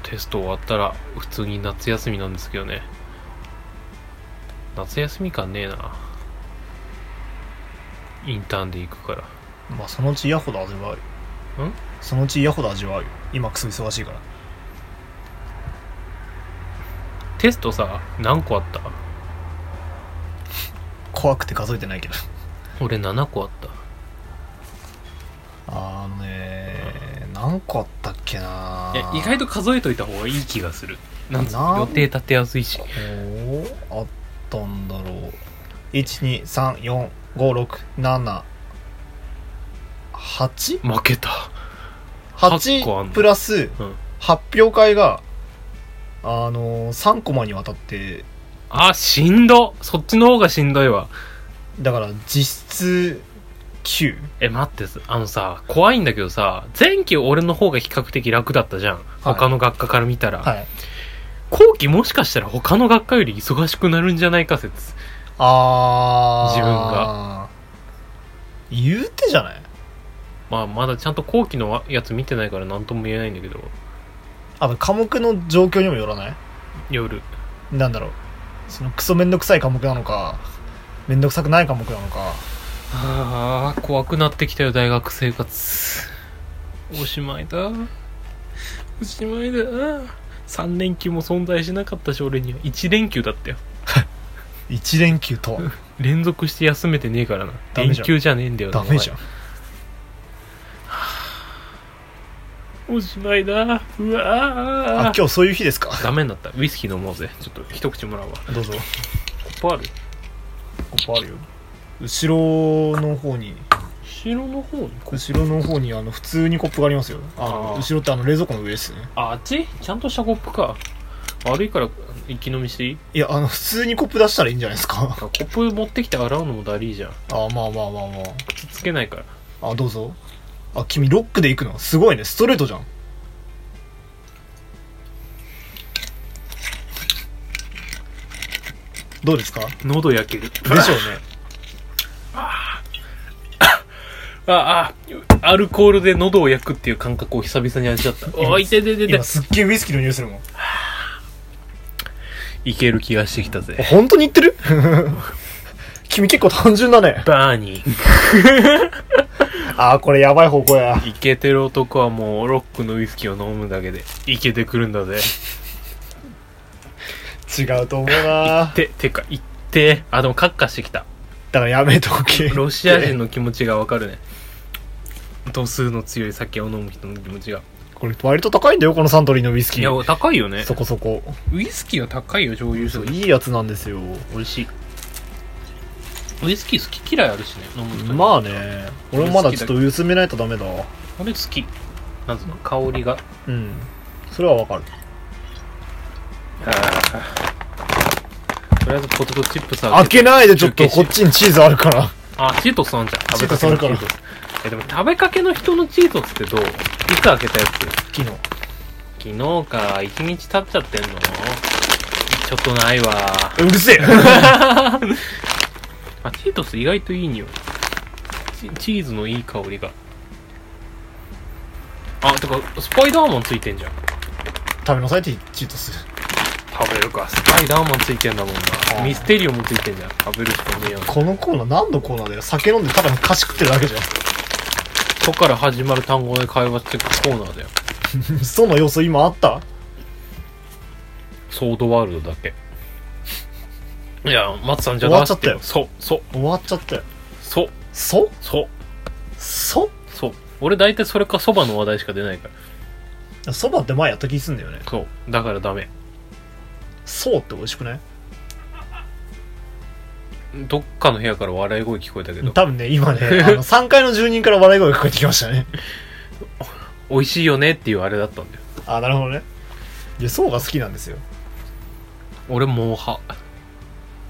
B: うん、テスト終わったら普通に夏休みなんですけどね夏休み感ねえなインターンで行くから
A: まあそのうちイヤホだ味わうよ
B: ん
A: そのうちイヤホだ味わうよ今クソ忙しいから
B: テストさ何個あった
A: 怖くて数えてないけど
B: 俺7個あった
A: <laughs> あのね何個あったっけない
B: や意外と数えといた方がいい気がするなんつうの
A: なん
B: 予定立てやすいし
A: おあったんだろう123456788
B: 負けた八個あんの
A: プラス
B: うん
A: 発表会があの3コマにわたって
B: あしんどそっちの方がしんどいわ
A: だから実質9
B: え待ってあのさ怖いんだけどさ前期俺の方が比較的楽だったじゃん、他の学科から見たら、
A: はい
B: 後期もしかしたら他の学科より忙しくなるんじゃないか説
A: あー
B: 自分が
A: 言うてじゃない
B: まあまだちゃんと後期のやつ見てないから何とも言えないんだけど
A: あと科目の状況にもよらない
B: 夜
A: なんだろうそのクソめんどくさい科目なのかめんどくさくない科目なのか
B: ああ怖くなってきたよ大学生活おしまいだおしまいだ3連休も存在しなかったし俺には1連休だったよ
A: 1連休とは
B: 連続して休めてねえからな
A: ダメ
B: 連
A: じゃん
B: 休じゃねえんだよな
A: <laughs> ダメじゃん
B: お前おしまいだう
A: あ
B: わあ
A: 今日そういう日ですか
B: ダメになったウイスキー飲もうぜちょっと一口もらうわ
A: どうぞ
B: コップある
A: ここあるよ後ろの方に
B: 後ろの方に
A: 後ろの方にあの普通にコップがありますよあの
B: あー
A: 後ろってあの冷蔵庫の上ですね
B: ああっちちゃんとしたコップか悪いから一気飲みしていい
A: いやあの普通にコップ出したらいいんじゃないです
B: あ
A: か
B: コップ持ってきて洗うのもダリーじゃん
A: <laughs> あーまあまあまあま
B: 口つけないから
A: ああどうぞあ君ロックで行くのすごいねストレートじゃんどうですか
B: 喉焼 <laughs> け
A: <laughs> で
B: る
A: しょうね
B: ああ、アルコールで喉を焼くっていう感覚を久々に味だった。おーいてててて
A: 今。すっげえウイスキーの匂いするもん
B: いける気がしてきたぜ。
A: 本当に言ってる <laughs> 君結構単純だね
B: バーニー。
A: ああこれやばい方向や
B: いけてる男はもうロックのウイスキーを飲むだけで、いけてくるんだぜ。
A: 違うと思うな
B: て、てか、いって、あ、でもカッカしてきた。
A: だからやめとけ
B: ロシア人の気持ちがわかるね。度数の強い酒を飲む人の気持ちが。
A: これ割と高いんだよこのサントリーのウイスキ
B: いや
A: ー、
B: 高いよね
A: そ。こそこ
B: ウイスキーは高いよ、蒸留
A: そ
B: 酒
A: う。いいやつなんですよ
B: 美味しい。ウイスキー好き嫌いあるしね、飲む人に
A: まあ。ね俺もまだちょっと薄めないとダメだ
B: 俺好き。なんつうの、香りが。
A: うんそれはわかる
B: とりあえずポテトチップスは
A: 開けないでちょっとこっちにチーズあるから
B: あチートスあんじゃん食
A: チ
B: べかけ
A: ートスあ
B: の
A: るから
B: チートスえでも食べかけの人のチートスってどういつ開けたやつ
A: 昨日
B: 昨日か1日経っちゃってんのちょっとないわ、
A: うるせえ
B: あ、チートス意外といい匂いチチーズのいい香りがあてかスパイダーマンついてんじゃん
A: 食べなさいってチートする
B: 食べるかスパイダーマンついてんだも
A: あ
B: んな
A: ー
B: ミステリオもついてんじゃん食べるしかねえよ
A: このコーナー何のコーナーだよ酒飲んでただの菓子食ってるだけじゃ
B: とから始まる単語で会話していくコーナーだよ
A: んその要素今あった
B: ソードワールドだけ。いや、松さんじゃ
A: 終わっちゃったよ
B: 出してそう、そう、
A: 終わっちゃったよ
B: そう、
A: そ
B: そう、
A: そ
B: そう。俺大体それかそばの話題しか出ないから。
A: そばって前やった気すんだよね
B: そう。だからダメ。
A: そうって美味しくない
B: どっかの部屋から笑い声聞こえたけど、
A: 多分ね今ねあの3階の住人から笑い声が聞こえてきましたね
B: 美味しいよねっていうあれだったんだよ。
A: あなるほどねいやそうが好きなんですよ
B: 俺もう派。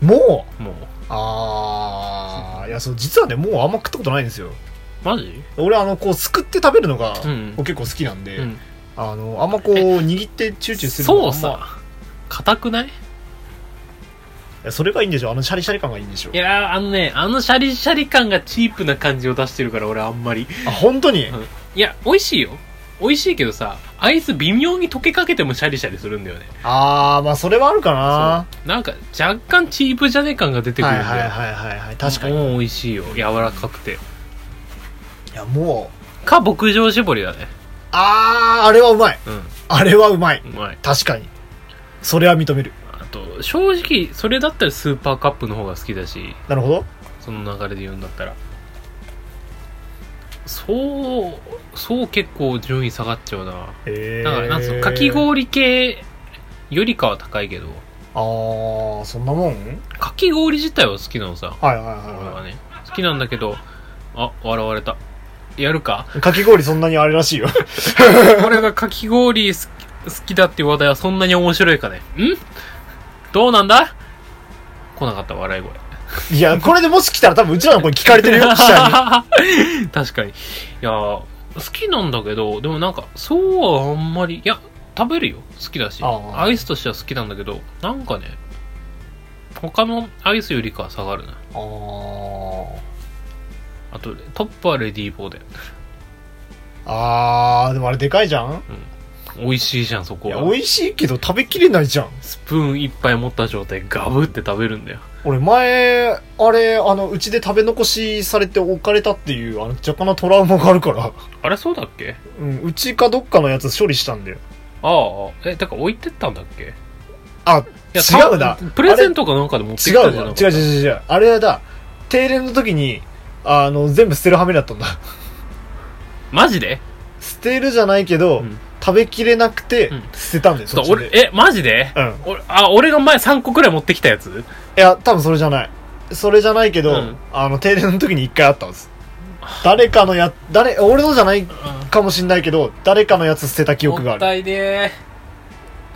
A: もう
B: もう。
A: ああいやそう実はねもうあんま食ったことないんですよ
B: マジ
A: 俺あのこうすくって食べるのが、
B: うん
A: こう結構好きなんで、
B: うん。
A: あのあんまこう握ってチューチューするのが
B: そう
A: あんま
B: さ、硬くない
A: いやそれがいいんでしょあのシャリシャリ感がいいんでしょ
B: いやー、あのね、あのシャリシャリ感がチープな感じを出してるから、俺あんまり。
A: あ本当に、
B: うんいや、美味しいよ。美味しいけどさ、アイス微妙に溶けかけてもシャリシャリするんだよね。
A: ああまあそれはあるかな
B: そうなんか、若干チープじゃね感が出てくる
A: は
B: ん
A: い
B: だよ。
A: はいはいはいはい確かに、い
B: もう美味しいよ。柔らかくて。
A: やもう
B: か、牧場絞りだね。
A: あああれはうまい
B: うん。
A: あれはうまいう
B: まい。
A: 確かにそれは認める
B: あと、正直、それだったらスーパーカップの方が好きだし、
A: なるほど
B: その流れで言うんだったら。そう、そう結構順位下がっちゃうな。
A: ええ
B: だから、なんつうの、かき氷系よりかは高いけど、
A: ああそんなもん
B: かき氷自体は好きなのさ。
A: はいはいは
B: 俺
A: い、
B: は
A: は
B: ね。好きなんだけど、あ、笑われた。やるか
A: い、かき氷そんなにあれらしいよ <laughs>
B: 俺がかき氷好き好きだっていう話題はそんなに面白いかねんどうなんだ来なかった笑い声。
A: いやこれでもし来たら多分うちらの声聞かれてる <laughs> よ下に
B: <laughs> 確かに。いやー、好きなんだけど、でもなんか、そうはあんまり、いや、食べるよ。好きだし。
A: あー
B: アイスとしては好きなんだけど、なんかね、他のアイスよりかは下がるな。
A: あー
B: あと、トップはレディーボーで。
A: あーでもあれでかいじゃん
B: 美味しいじゃん、そこ
A: いや
B: は。
A: 美味しいけど食べきれないじゃん
B: スプーン一杯持った状態、ガブって食べるんだよ。
A: 俺前あれあのうちで食べ残しされて置かれたっていうあの若干なトラウマがあるから、
B: あれ、そうだっけ
A: うん、うちかどっかのやつ処理したんだよ
B: ああ、え、だから置いてったんだっけ
A: あ
B: いや
A: 違うな
B: たプレゼントかなんかで持ってき
A: 違
B: たん
A: う
B: じゃな
A: わ
B: かった
A: 違う違う違う違うあれだ定例の時にあの全部捨てるはめだったんだ
B: マジで
A: 捨てるじゃないけど、
B: うん
A: 食べきれなくて
B: うん
A: 捨てたんだよ、
B: ちょ
A: そ
B: っ
A: っ
B: と
A: ちで
B: 俺、え、マジで
A: うんい
B: 俺、あ、俺が前3個くらい持ってきたやつ
A: や多分それじゃないそれじゃないけど、
B: うん
A: あの定例の時に一回あったんです誰かのや誰俺のじゃないかもしんないけど誰かのやつ捨てた記憶がある
B: いね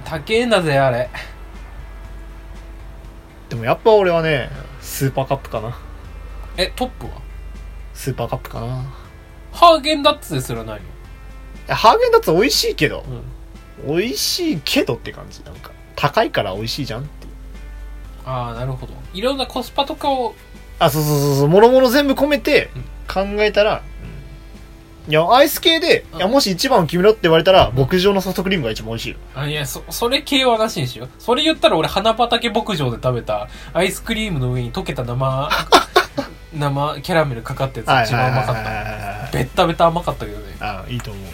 B: ー。高えんだぜ、あれ。
A: でもやっぱ俺はねスーパーカップかな
B: え、トップは
A: スーパーカップかない
B: ハーゲンダッツですらない
A: やハーゲンダッツ美味しいけど
B: のうん。
A: 美味しいけどって感じなんか高いから美味しいじゃんっていう
B: ああ、なるほど。いろんなコスパとかを、
A: あそうそうそうそうもろもろ全部込めて
B: うん
A: 考えたら、いやアイス系で、
B: うん
A: いやもし一番を決めろって言われたら牧場のソフトクリームが一番美味しいよ
B: あいや、そ、それ系はなしにしよう。それ言ったら俺、花畑牧場で食べたアイスクリームの上に溶けた
A: <laughs>
B: 生、生キャラメルかかったやつ一番うまかった。
A: た
B: ベッタベタ甘かったけどね。
A: あいいと思う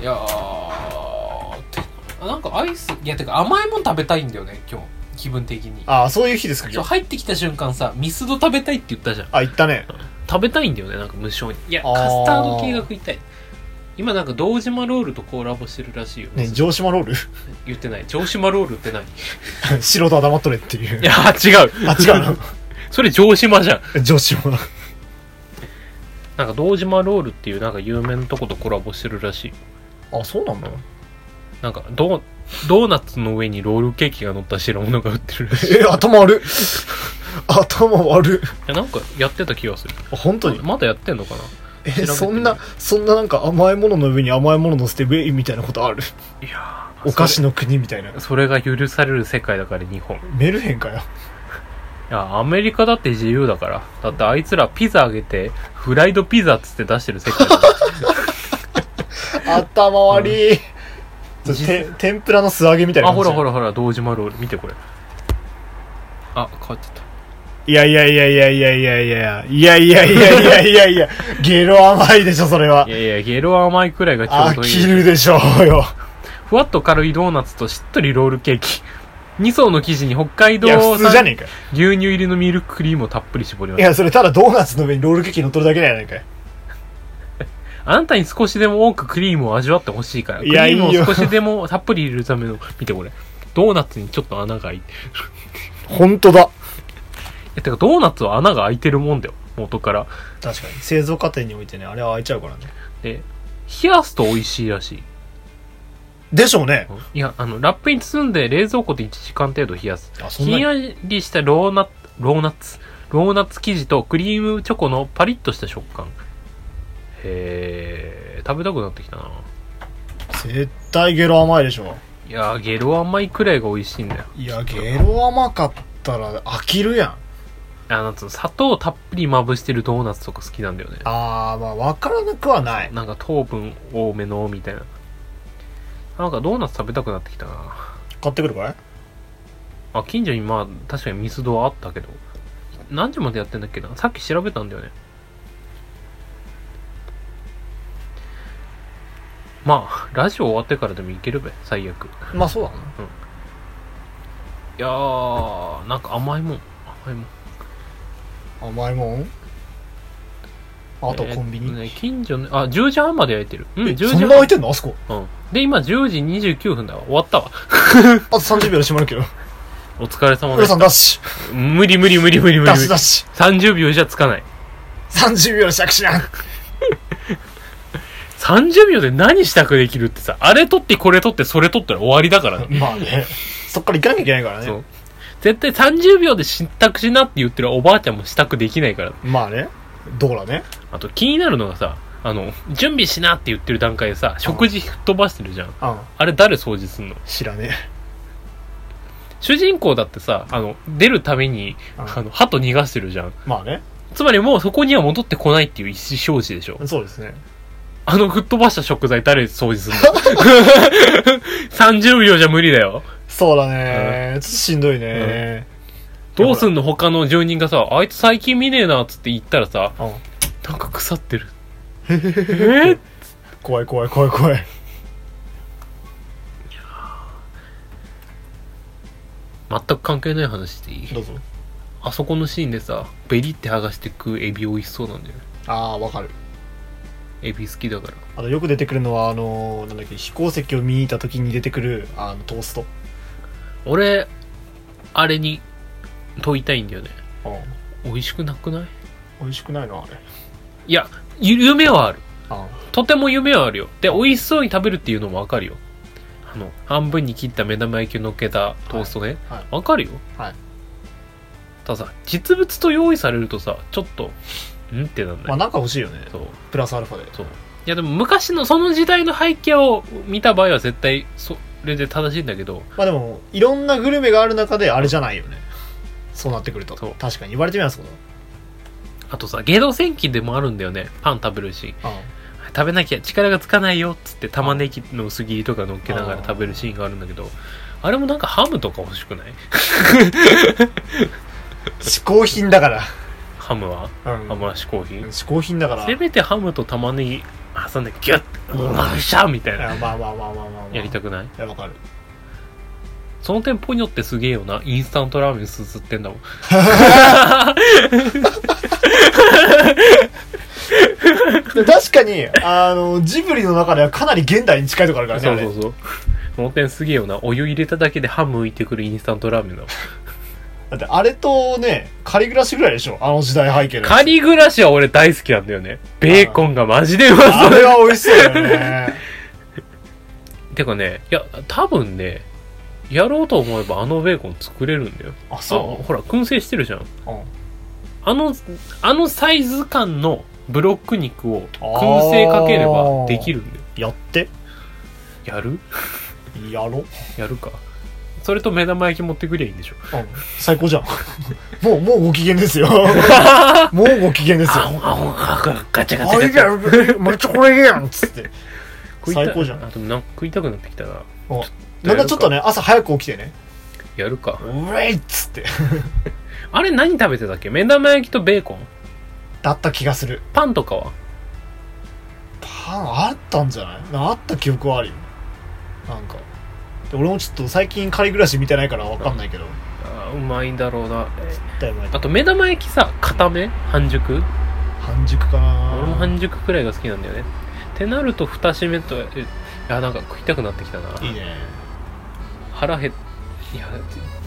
B: いやー、てなんかアイス、いや、てか甘いもん食べたいんだよね、今日。気分的に。
A: あそういう日ですか
B: そう
A: 今日
B: 入ってきた瞬間さ、ミスド食べたいって言ったじゃん。
A: あ行ったね
B: 食べたいんだよね、なんか無性に。いや、
A: あー
B: カスタード系が食いたい。今なんか堂島ロールとコラボしてるらしいよね。
A: ね城島ロール <laughs>
B: 言ってない。城島ロールって <laughs> 何い
A: 素人は黙っとれっていう
B: やー、違う。
A: あ違う。
B: それ城島じゃん。
A: の城島
B: なんか堂島ロールっていうなんか有名なとことコラボしてるらしい。
A: あそうなんだ
B: なんかドー、ドーナツの上にロールケーキが乗った白物が売ってるらしい。い
A: え頭 <laughs> 悪っ頭悪っ
B: や、なんかやってた気がする。
A: あ本当に
B: まだやってんのかな
A: え
B: 調べてみる
A: そんなそんななんか甘いものの上に甘いもののせてウェイみたいなことある
B: いや
A: お菓子の国みたいな
B: それが許される世界だから日本い
A: メルヘンかよ
B: やアメリカだって自由だからだってあいつらピザあげてフライドピザっつって出してる世界だから
A: 頭悪い、ちょて天ぷらの素揚げみたいな
B: <laughs> あほらほ
A: ら
B: らほら堂島ロール見てこれあ変わっちゃった
A: いやいやいやいやいやいやいやいやいやいやいやいやいやゲロ甘いでしょそれはい
B: やいやゲロ甘いくらいがちょう
A: 飽
B: ど
A: き
B: いい
A: るでしょうよ
B: ふわっと軽いドーナツとしっとりロールケーキ2層の生地に北海
A: い
B: 道
A: や普通じゃねえか
B: 産
A: よ
B: 牛乳入りのミルククリームをたっぷり絞りま
A: い
B: した
A: やそれただドーナツの上にロールケーキ乗っとるだけじゃないかよ
B: あなたに少しでも多くクリームを味わってほしいから。ク
A: い
B: リ
A: や
B: ームを
A: いいよ
B: 少しでもたっぷり入れるための、見てこれ。ドーナツにちょっと穴が開いて。
A: 本当だ
B: え、てかドーナツは穴が開いてるもんだよ。元から。
A: 確かに製造過程においてねあれは開いちゃうからね
B: で、冷やすと美味しいらしい。
A: でしょうね
B: いや、あの、ラップに包んで冷蔵庫で1時間程度冷やす。
A: あそん
B: ひん
A: な
B: や
A: に
B: りしたローナッツ、ローナッツ、ローナッツ生地とクリームチョコのパリッとした食感。へー、食べたくなってきたな。
A: 絶対ゲロ甘いでしょ
B: いやー、ゲロ甘いくらいが美味しいんだよ。
A: いやゲロ甘かったら飽きるやん
B: あの、砂糖たっぷりまぶしてるドーナツとか好きなんだよね。
A: あーまあ分からなくはない
B: なんか糖分多めの、みたいな。なんかドーナツ食べたくなってきたな。
A: 買ってくるかい
B: あ、近所にまあ、確かにミスドはあったけど。何時までやってんだっけなさっき調べたんだよね。まあ、ラジオ終わってからでも行けるべ、最悪。い
A: まあそうだな
B: やー、なんか甘いもん。甘いもん。
A: 甘いもんあとコンビ
B: えーっと
A: ニ、
B: ね、近所の、あ、10時半まで焼いてる。うん、
A: え
B: 10時
A: そんな開いてんのあそこ
B: うん。で、今10時29分だわ。終わったわ。
A: あと30秒で閉まるけ <laughs> ど
B: お疲れ様で
A: 浦
B: し
A: さんダッシ
B: た。無理無理無理無理
A: ュ
B: 無理
A: ダッ
B: 無
A: シュ
B: 理
A: ダッ。シ
B: 30秒じゃつかない。
A: ュ30秒で着しな
B: 30秒で何支度できるってさ、あれ取ってこれ取ってそれ取ったら終わりだからね。
A: まあねそっから行かなきゃいけないから
B: そ
A: ね
B: う。絶対30秒で支度しなって言ってるおばあちゃんも支度できないから。
A: まあねどうだね
B: あと気になるのがさ、あの、準備しなって言ってる段階でさ、食事吹っ飛ばしてるじゃん。
A: うん
B: あれ誰掃除すんの
A: 知らね
B: 主人公だってさ、あの、出るために、
A: うん
B: あの、鳩逃がしてるじゃん。
A: えまあね
B: つまりもうそこには戻ってこないっていう意思表示でしょ。
A: そうですね
B: あの吹っ飛ばした食材誰掃除するの ?30 秒じゃ無理だよ。
A: そうだね、ちょっとしんどいね、
B: どうすんの他の住人がさ、あいつ最近見ねえなっつって言ったらさ、
A: うん
B: なんか腐ってる。えー
A: 怖い怖い怖い怖い
B: 全く関係ない話していい
A: どうぞ
B: あそこのシーンでさ、ベリって剥がしてくエビ美味しそうなんだよね。
A: ああわかる
B: エビ好きだから。
A: あとよく出てくるのはあのーなんだっけ飛行石を見に行った時に出てくるあのトースト
B: 俺、あれに問いたいんだよね。
A: うん
B: 美味しくなくない
A: 美味しくないなあれ
B: いや、ゆ夢はある。
A: あ
B: とても夢はあるよ。で、美味しそうに食べるっていうのもわかるよ。あの、半分に切った目玉焼きを乗っけたトーストね。
A: はい
B: わ
A: は、
B: かるよ。
A: はい
B: たださ、実物と用意されるとさ、ちょっと、んってなんだ
A: まあ
B: よ。
A: なんか欲しいよね
B: そう。
A: プラスアルファで
B: そう。いや、でも昔のその時代の背景を見た場合は絶対、それで正しいんだけど、
A: まあでもいろんなグルメがある中であれじゃないよねそうなってくると
B: そう
A: 確かに言われてみますこと
B: あとさ、芸能戦記でもあるんだよね。パン食べるし。
A: あ
B: 食べなきゃ力がつかないよっつって玉ねぎの薄切りとか乗っけながら食べるシーンがあるんだけどあれもなんかハムとか欲しくない
A: 嗜好品だから、
B: ハムは
A: うん
B: ハムは嗜好品
A: 嗜好品だから
B: せめてハムと玉ねぎ挟んでギュッうっしゃみたい
A: いや
B: な
A: まあまあまあまあまあ、まあ、
B: やりたくない
A: いやわかる
B: その店舗によってすげえよなインスタントラーメンすすってんだもん
A: で確かにあのジブリの中ではかなり現代に近いところあるか
B: そ
A: ら
B: う
A: ねあれ
B: そうそうその点すげえよなお湯入れただけでハム浮いてくるインスタントラーメンだもん
A: だってあれとね仮暮らしぐらいでしょあの時代背景で
B: カニ暮らしは俺大好きなんだよねベーコンがマジでうまそう
A: あれは美味しそうだよね
B: てかねいや多分ねやろうと思えばあのベーコン作れるんだよ
A: あ
B: あ
A: そ
B: ほら燻製してるじゃん
A: う、うん、
B: あのあのサイズ感のブロック肉を燻製かければできるんだよ
A: やって
B: やる
A: やろ、うん、
B: やるかそれと目玉焼き持ってくりゃいいんでしょ
A: 最高じゃんもうもうご機嫌ですよもうご機嫌ですよ
B: あほあほガチャ
A: あれやめっちゃこれいいやんっつって
B: 食いたい
A: 最高じゃん
B: あでもなんか食いたくなってきたな
A: なんかちょっとね朝早く起きてね
B: やるか
A: うえいっつって
B: あれ何食べてたっけ目玉焼きとベーコン
A: だった気がする
B: パンとかは
A: パンあったんじゃないなんかあった記憶はあるよなんかで俺もちょっと最近仮暮らし見てないからわかんないけど
B: あーうまいんだろうな
A: だいぶ前
B: あと目玉焼きさ固め半熟
A: 半熟かな
B: 俺も半熟くらいが好きなんだよねてなると2品目とえいやなんか食いたくなってきたない
A: いね
B: 腹減っいや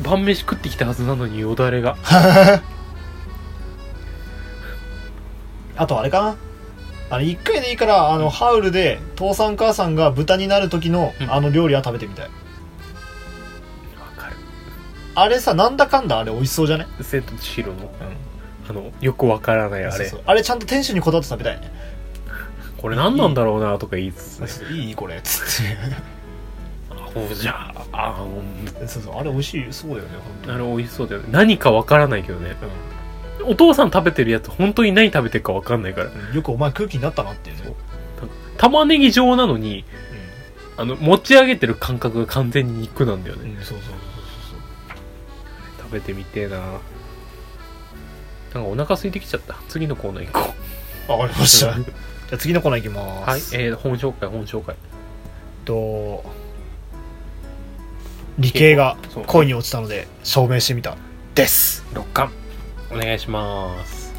B: 晩飯食ってきたはずなのによだれが
A: あとあれかなあれ1回でいいからあの、ハウルで父さん母さんが豚になる時の、
B: うん
A: あの料理は食べてみたい
B: わかる
A: あれさなんだかんだあれ美味しそうじゃね
B: 千と千尋の
A: うん
B: あのよくわからないあれ
A: そうそうあれちゃんと店主にこだわって食べたいね
B: これ何なんだろうなとか言いつつね
A: いいこれつっ
B: おじゃああもう
A: てそうそうあれ美味しいそうだよね本当に
B: あれ美味しそうだよね何かわからないけどね
A: うん
B: お父さん食べてるやつ本当に何食べてるかわかんないから
A: うんよくお前空気になったなっていうね
B: そう玉ねぎ状なのにあの持ち上げてる感覚が完全に肉なんだよ
A: う
B: ね、
A: ん、うん、そうそうそうそう
B: 食べてみてえななんかお腹空いてきちゃった次のコーナー行こ
A: そうわかりましたじゃあ次のコーナーいき
B: う
A: ま
B: はい
A: す、
B: えー、本紹介本紹介
A: えっと理系が
B: そう
A: 恋に落ちたので証明してみたです
B: 六巻お願いします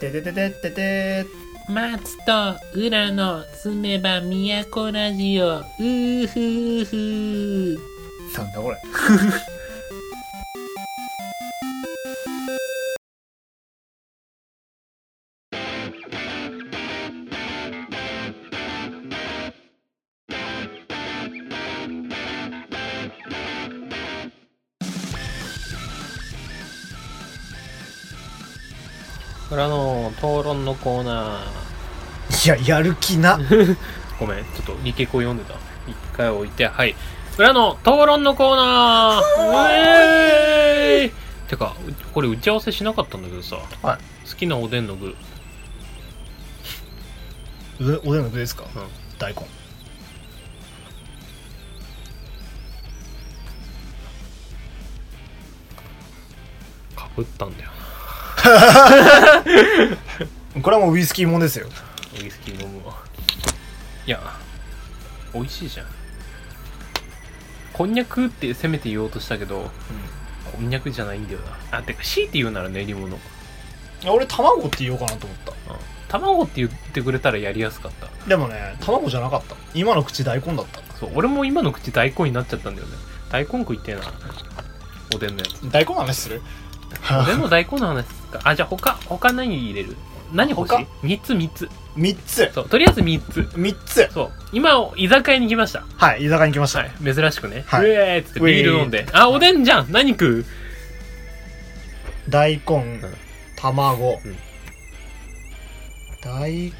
A: てててててて
C: 松と浦の住めば都ラジオうーふーふー
A: なんだこれ
B: 裏の討論のコーナ
A: いややる気な
B: ーごめんちょっとリケコ読んでた一回置いてはい裏の討論のコーナーうえーいてかこれ打ち合わせしなかったんだけどさ、
A: は
B: 好きなおでんの具
A: おでおでんの具ですか、
B: ん
A: 大根
B: かぶったんだよ
A: これはもうウイスキーもんですよ
B: ウイスキー飲むわいや美味しいじゃんこんにゃくってせめて言おうとしたけど、こんにゃくじゃないんだよなあてか C って言うなら練り物
A: いや俺卵って言おうかなと思った
B: 卵って言ってくれたらやりやすかった
A: でもね卵じゃなかった今の口大根だった
B: そう俺も今の口大根になっちゃったんだよね大根食いてえなおでんのやつ
A: 大根の話する
B: おでんの大根の話ですかあじゃあ他他何入れる何欲しい
A: 他
B: ?3 つ3つ
A: 3つ
B: そうとりあえず3つ
A: 3つ
B: そう今居酒屋に来ました
A: はい居酒屋に来ました、
B: はい、珍しくね。
A: はいう
B: えーっつってビール飲んで。あ、おでんじゃん何食う
A: 大根
B: ん
A: 卵、
B: うん
A: 大根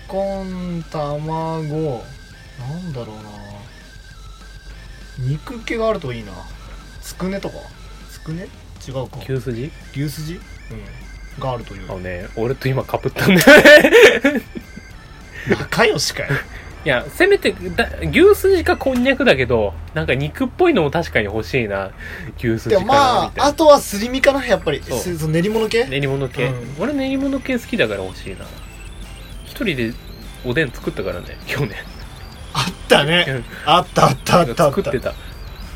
A: 卵なんだろうな肉気があるといいなつくねとかつくね違うか
B: 牛すじ
A: 牛すじ、うん、があるとい
B: あの
A: う
B: ね、俺と今かぶったんだよね。
A: <laughs> 仲良し
B: <laughs>
A: かよ
B: いや、せめてだ、牛すじかこんにゃくだけど、なんか肉っぽいのも確かに欲しいな。牛すじ
A: で
B: か
A: も
B: な、
A: ま
B: み
A: あ
B: たい
A: あとはすり身かなやっぱり
B: そう
A: すその練り物系、
B: な。練り物系、
A: うん
B: 俺練り物系好きだから欲しいな。一人でおでん作ったからね、今日ね。
A: あったね
B: うん
A: あったあ <laughs> ったあったあ
B: 作
A: っ
B: ったてた。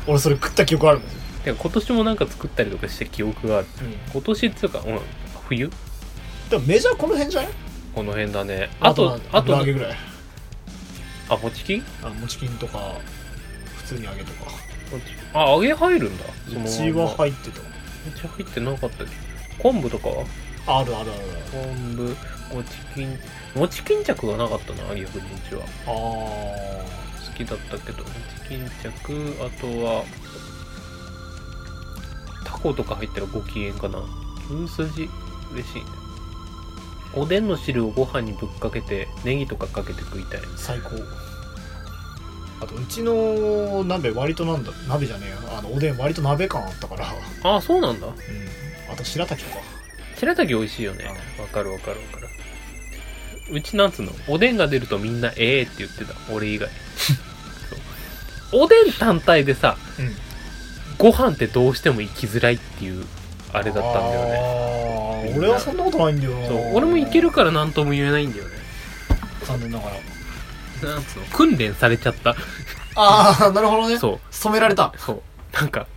A: 俺それ食った記憶あるもん、
B: てか今年もなんか作ったりとかして記憶がある。今年っていうか、うん、冬
A: でもメジャーこの辺じゃない
B: この辺だね。あと、あ
A: 油
B: と
A: 揚、げぐらい
B: あ、もちき
A: あもちきんとか普通に揚げとか
B: あ、揚げ入るんだ。そのまんま
A: 血は入ってた
B: うち入ってなかったっけ昆布とかは
A: あるあるある
B: 昆布もちきんもち巾着がなかったな逆にうちは
A: ある
B: 好きだったけどもち巾着あとはタコとか入ったらご機嫌かな牛すじ嬉しいおでんの汁をご飯にぶっかけてネギとかかけて食いたい
A: あー最高あとうちの鍋割となんだ鍋じゃねえやあのおでん割と鍋感あったから、う
B: ああそうなんだ
A: ん、あと白滝とか
B: 白滝美味しいよねわかるわかるわかるうちなんつうのおでんが出るとみんなええって言ってた俺
A: <laughs>
B: 以外そうおでん単体でさ
A: うん
B: ご飯ってどうしても行きづらいっていうあれだったんだよね
A: ね
B: ね
A: 俺はそんなことないんだよな
B: そう俺もいけるから何とも言えないんだよね
A: 残念ながら
B: なんつうの訓練されちゃった
A: ああなるほどね
B: そう
A: 染められた
B: そうなんか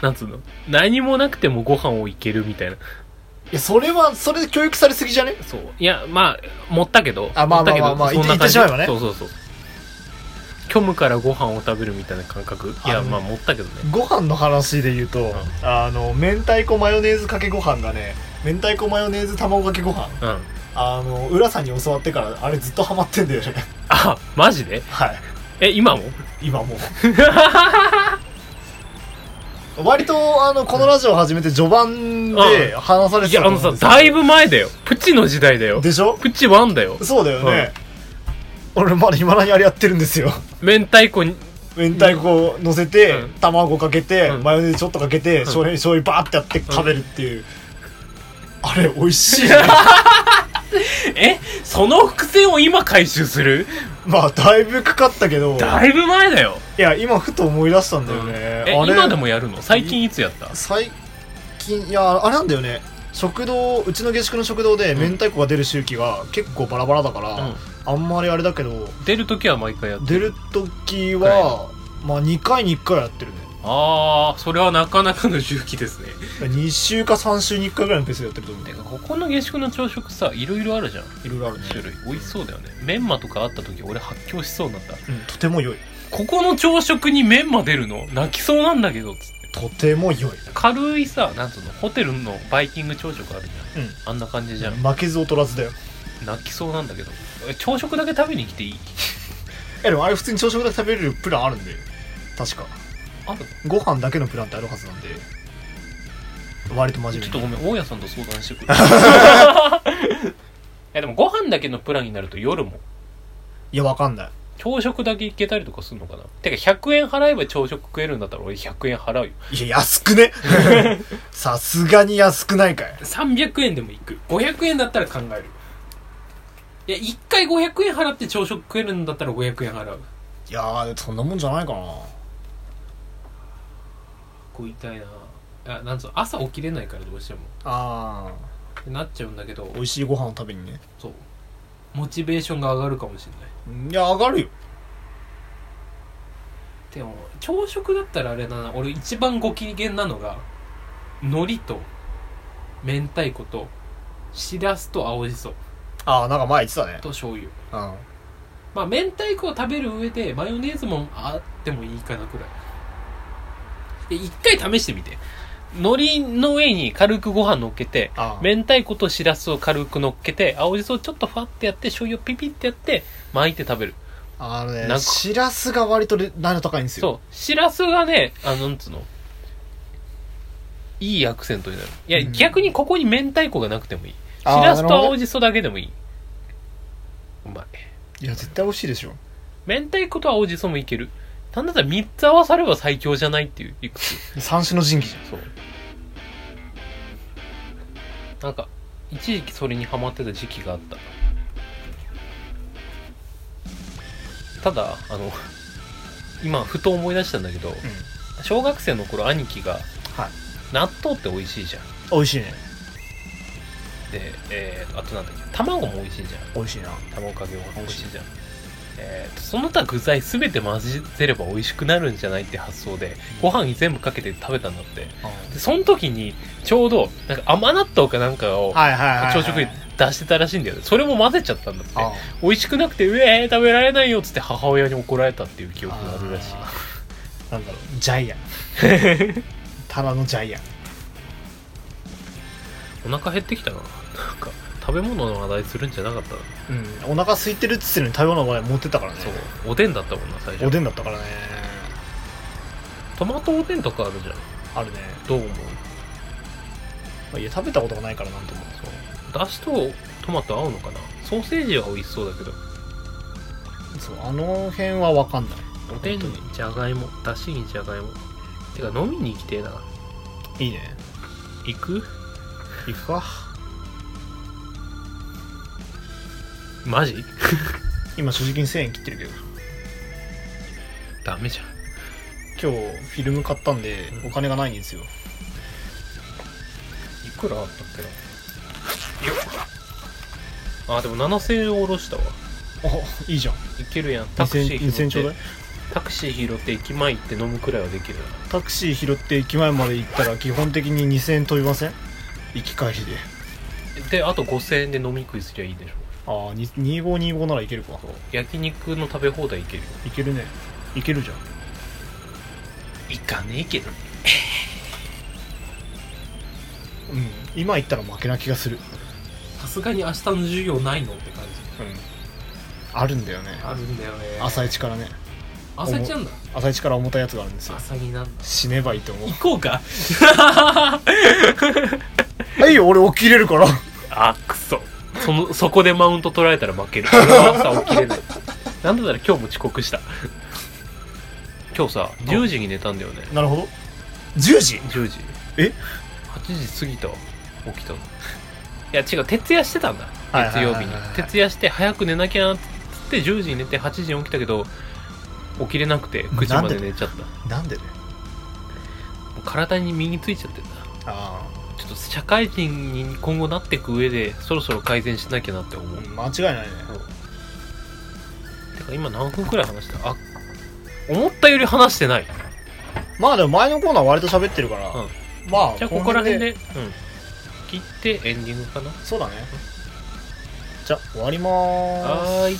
B: なんつうの何もなくてもご飯をいけるみたいない
A: やそれはそれで教育されすぎじゃね
B: そういやまあ持ったけど
A: あまあまあまあまあ
B: 持ったけどそんな感じ
A: 言って言ってしまえばね
B: そうそうそう虚無からご飯を食べるみたいな感覚い
A: あ
B: や
A: のね
B: まあ持ったけどね
A: ご飯の話で言うと、
B: ん
A: あの明太子マヨネーズかけご飯がね明太子マヨネーズ卵かけご飯
B: うん
A: あの浦さんに教わってからあれずっとハマってんだよね
B: あマジで
A: はい
B: え今も
A: 今もう <laughs> 割とあのこのラジオを始めて序盤で話され
B: い
A: てた
B: や
A: と
B: あ
A: 思
B: の
A: うんで
B: さ
A: すよ
B: だいぶ前だよプチの時代だよ
A: でしょ
B: プチ1だよ
A: そうだよね、俺まだいまだにあれやってるんですよ
B: 明太子に
A: 明太子乗せて、
B: うん
A: 卵かけて、
B: うん
A: マヨネーズちょっとかけて、醤油醤油バーってやって食べるっていう、あれ美味しい
B: <laughs>
A: ね
B: えその伏線を今回収する
A: まあだいぶかかったけど
B: だいぶ前だよ、
A: いや今ふと思い出したんだよね、
B: え
A: あれ
B: 今でもやるの最近いつやった
A: 最近いやあれなんだよね食堂うちの下宿の食堂で
B: ん
A: 明太子が出る周期が結構バラバラだから、
B: うん
A: あんまりあれだけど
B: 出る時は毎回やって
A: 出る時は、まあ2回に1回はやってるね
B: ああそれはなかなかの周期ですね
A: 2週か3週に1回ぐらいのペースでやってると思う
B: てかここの下宿の朝食さいろいろあるじゃん
A: いろいろあるね、
B: 種類美味しそうだよねメンマとかあった時俺発狂しそうになった
A: うん、とても良い
B: ここの朝食にメンマ出るの泣きそうなんだけどつって
A: とても良い
B: 軽いさなんつうのホテルのバイキング朝食あるじゃん、
A: うん
B: あんな感じじゃん、
A: 負けず劣らずだよ
B: 泣きそうなんだけどえ朝食だけ食べに来ていい
A: えでもあれ普通に朝食だけ食べれるプランあるんで確か
B: ある
A: ご飯だけのプランってあるはずなんで割と真
B: ちょ
A: 面目
B: っと
A: に
B: ごめん大家さんと相談してくる <laughs> いやでもご飯だけのプランになると夜も
A: いやわかんない
B: 朝食だけ行けたりとかするのかなてか100円払えば朝食食えるんだったら俺100円払うよ
A: いや、安く <laughs> ねさすがに安くないかい。
B: 300円でも行く500円だったら考えるいや1回500円払って朝食食えるんだったら500円払う
A: いやー、そんなもんじゃないかな。
B: 食いたいなあなんつうの朝起きれないからどうしても
A: あ
B: ってなっちゃうんだけど
A: ー、美味しいご飯を食べにね。
B: そうモチベーションが上がるかもしれない
A: いや、上がるよ。
B: でも朝食だったらあれだな俺一番ご機嫌なのが海苔と明太子としらすと青じそ
A: あー、なんか前言ってたね
B: と。醤油
A: うん。
B: まあ明太子を食べる上でマヨネーズもあってもいいかなくらいで一回試してみて海苔の上に軽くご飯乗っけて
A: あー。
B: 明太子としらすを軽く乗っけて青じそをちょっとファってやって醤油をピピってやって巻いて食べる
A: あの
B: な
A: ね、
B: んか
A: しらすが割とレ難度高いんですよ。
B: そう、しらすがね、あの、なんつうの、いいアクセントになる。いや、
A: うん
B: 逆にここに明太子がなくてもいい。し
A: あー
B: らすと
A: なるほど
B: 青じそだけでもいい。うまい。
A: いや、絶対美味しいでしょ。
B: 明太子と青じそもいける。なんだったら3つ合わされば最強じゃないっていう、い
A: <laughs>
B: くつ。
A: 三種の神器じゃん。
B: そう。なんか、一時期それにハマってた時期があった。ただ、あの、今、ふと思い出したんだけど、小学生の頃兄貴が、
A: はい
B: 納豆って美味しいじゃん
A: 美味しいね。
B: で、えー、あとなんだっけ卵も美味しいじゃ
A: 美味しいな。
B: ん卵かけご飯美味しいじゃんえーとその他具材全て混ぜれば美味しくなるんじゃないって発想でご飯に全部かけて食べたんだってでその時にちょうどなんか甘納豆かなんかを
A: はいはいはいはい。
B: 朝食に出してたらしいんだよねそれも混ぜちゃったんだって
A: あー。
B: 美味しくなくて「うえー食べられないよ」っつって母親に怒られたっていう記憶があるらしい
A: あーなんだろう、ジ
B: <laughs>
A: ャイアン。タラのジャイアン。
B: お腹減ってきたななんか食べ物の話題するんじゃなかったな
A: うん。お腹空いてるっつってのに食べ物の話題持ってったからね。
B: そうおでんだったもんな最初
A: おでんだったからね。
B: トマトおでんとかあるじゃん
A: あるね。
B: どう思う
A: まあいや、食べたことがないからなんとも。
B: だしとトマト合うのかなソーセージは美味しそうだけど
A: そうあの辺は分かんない
B: おでんにじゃがいもだしにじゃがいもてか飲みに行きてえない
A: いね
B: 行く
A: 行くか
B: マジ
A: 今所持金1000円切ってるけど
B: ダメじゃん
A: 今日フィルム買ったんで
B: うん
A: お金がないんですよ
B: いくらあったっけなよっあでも7000円下ろしたわ
A: いいじゃん
B: いけるやんタクシ
A: 2000
B: ー拾
A: 円
B: っ
A: ちょうだ
B: て
A: い
B: タクシー拾って駅前行って飲むくらいはできるな
A: タクシー拾って駅前まで行ったら基本的に2000円飛びません行き帰りで
B: であと5000円で飲み食いすりゃいいでしょ
A: ああ2525ならいけるか
B: 焼肉の食べ放題行けるよ
A: いけるねいけるじゃん
B: 行かねえけど
A: うん今行ったら負けな気がする
B: さすがに明日の授業ないのって感じ
A: うんあるんだよね
B: るんだよね
A: 朝一からね
B: 朝一なんだ
A: 朝一から重たいやつがあるんですよ
B: 朝になんだ
A: 死ねばいいと思う
B: 行こうか
A: はいよ俺起きれるから
B: <laughs> あくそそのそこでマウント取られたら負ける俺は朝起きれないなんだったら今日も遅刻した今日さ10時に寝たんだよね
A: なるほど10時
B: 10時
A: え
B: ?8 時過ぎたわ起きたのいや違う徹夜してたんだ
A: はいは
B: 月
A: いは
B: 曜
A: いはい
B: 日に徹夜して早く寝なきゃなっつって10時に寝て8時に起きたけど起きれなくて9時まで寝ちゃったも
A: なんでね
B: う体に身についちゃってんだ
A: あ
B: ちょっと社会人に今後なっていく上でそろそろ改善しなきゃなって思う、
A: あ間違いないね
B: てか今何分くらい話したあ思ったより話してない
A: まあでも前のコーナー割と喋ってるから、
B: うん
A: まあ
B: じゃあここら辺で、うん、切ってエンディングかな
A: そうだねじゃあ終わりまーす
B: はーい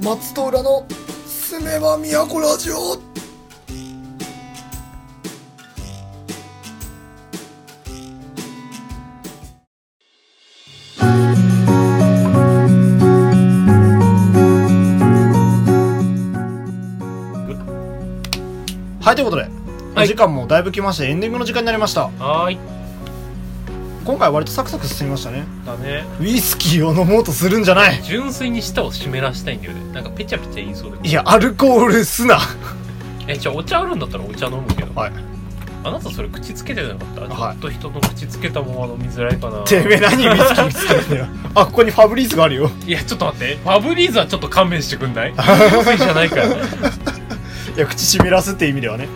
D: 松戸浦の住めば都ラジオ
A: はいということで、
B: はい
A: お時間もだいぶ来ましてエンディングの時間になりました
B: はーい
A: 今回割とサクサク進みましたね
B: だね
A: ウイスキーを飲もうとするんじゃない
B: 純粋に舌を湿らしたいんだよねなんかペチャペチャ言いそうで
A: いやアルコールすな
B: えじゃあお茶あるんだったらお茶飲むけど
A: はい
B: あなたそれ口つけてなかった、
A: はい
B: ちょっと人の口つけたまま飲みづらいかな
A: てめえ何ウイスキー見つけてんだよあここにファブリーズがあるよ
B: いやちょっと待ってファブリーズはちょっと勘弁してくんない純粋じゃないから
A: いや口湿らすって意味ではね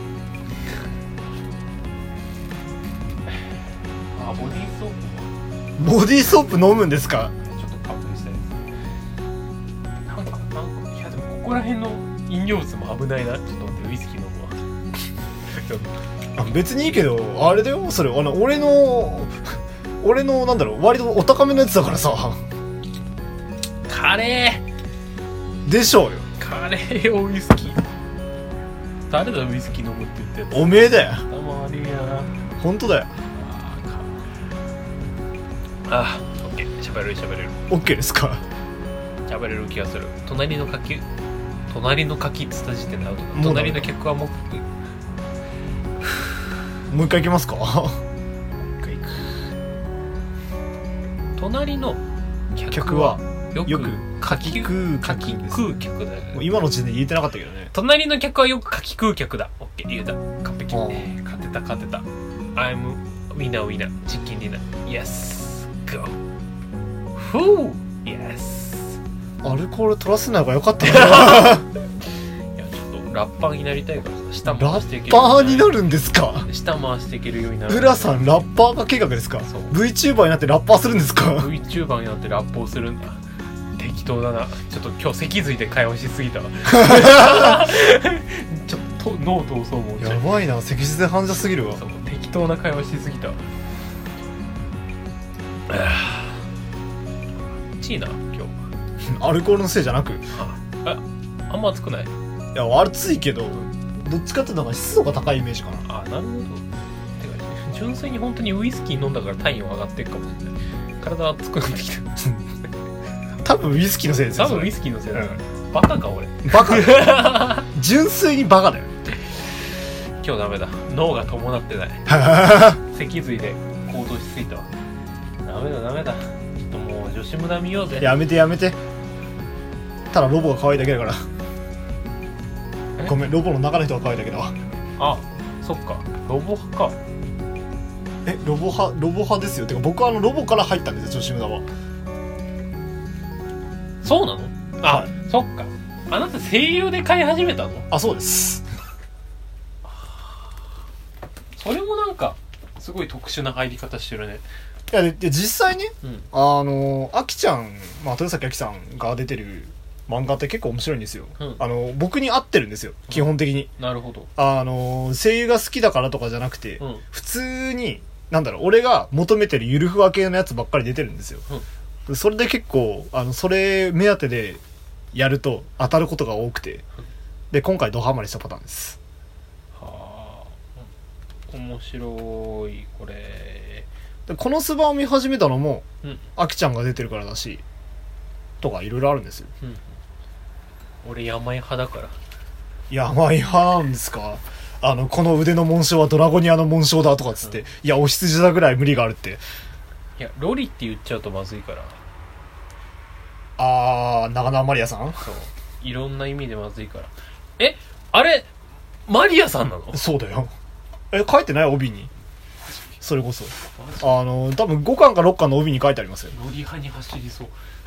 B: あボディーソープも
A: ボディーソープ飲むんですか
B: ちょっと勘弁したいですなんかなんかいやでもここら辺の飲料物も危ないなちょっと待ってウイスキー飲むわちょっと
A: あ別にいいけどあれだよそれあの俺の俺のなんだろう割とお高めのやつだからさ
B: カレー
A: でしょうよ
B: カレー用ウイスキー誰だウイスキー飲むって言って
A: おめえだよ
B: 頭悪いな
A: 本当だよ
B: あーオッケー喋れる喋れる
A: OK ですか
B: 喋れる気がする隣の柿隣の柿っつった時点でアウトだ
A: もうダメ
B: 隣の客はもう
A: もう一回いき <laughs> ますかは
B: 一回行く隣の客
A: 客
B: は
A: は
B: よく
A: よく
B: 柿食う柿
A: 柿食う客です
B: 食う客だよ
A: もう
B: ね
A: 今の時点で言えてなかったけどね
B: 隣の客はよく柿食う客だオッケー言えた完璧
A: おう
B: 勝てた勝てた I'm winner winner チキンディナー Yes go Whoo Yes
A: アルコール取らせない方が良かったな
B: いやちょっとラッパーになりたいからさ下
A: ラ
B: 回してい
A: ッ
B: けるよ
A: パーにな
B: る
A: るんですか
B: 下回していけるようになる
A: 浦さんラッパーが計画ですか
B: そう
A: VTuber になってラッパーするんですか
B: VTuber になってラップをするんだ適当だなちょっと今日脊髄で会話しすぎたわ
A: <laughs>
B: ちょっと脳闘争も
A: <laughs> やばいな脊髄で患者すぎるわ
B: そう適当な会話しすぎたあーちいな今日
A: アルコールのせいじゃなくい
B: あああんま暑くない
A: や暑いけどどっちかっていうとなんか湿度が高いイメージかな
B: あなるほどてか純粋に本当にウイスキー飲んだから体温上がってるかもしれない体熱くなってきた
A: 多分ウイスキーのせいですよ
B: 多
A: そ
B: 分ウ
A: れ
B: イスキーのせいだから、
A: う
B: バカか俺 <laughs>
A: バカ純粋にバ <laughs> カだよ
B: 今日ダメだ脳が伴ってない脊髄で行動しすぎたわダメだダメだちょっともう女子無駄見ようぜ
A: やめてやめてただロボが可愛いだけだからごめんロボの中の人が可愛いだけだわ
B: あそっかロボ派か
A: えロボ派ロボ派ですよてか僕はあのロボから入ったんですよ女子無駄は
B: そうなのあ、
A: は
B: そっかあなた声優で飼い始めたの
A: あそうです
B: それもなんかすごい特殊な入り方してるね
A: いやでで実際ね
B: うん
A: あのあきちゃん、まあ、豊崎あきさんが出てる漫画って結構面白いんですよ、
B: うん
A: あの僕に合ってるんですよ基本的に、
B: なるほど
A: あの声優が好きだからとかじゃなくて、
B: うん
A: 普通になんだろう俺が求めてるゆるふわ系のやつばっかり出てるんですよ、それで結構あのそれ目当てでやると当たることが多くてで今回ドハマりしたパターンです
B: はあ面白いこれ
A: でこのスバを見始めたのも、
B: うん
A: あきちゃんが出てるからだしとかいろいろあるんですよ
B: 俺山井派だから
A: 山井派なんですかあのこの腕の紋章はドラゴニアの紋章だとかっつって、
B: うん
A: いやお羊だぐらい無理があるって
B: いやロリって言っちゃうとまずいから
A: あー長野マリアさん
B: そういろんな意味でまずいからえあれマリアさんなの
A: そうだよえ書いてない帯にそれこそあの多分5巻か6巻の帯に書いてありますよ
B: ロリ派に走りそう
A: <laughs>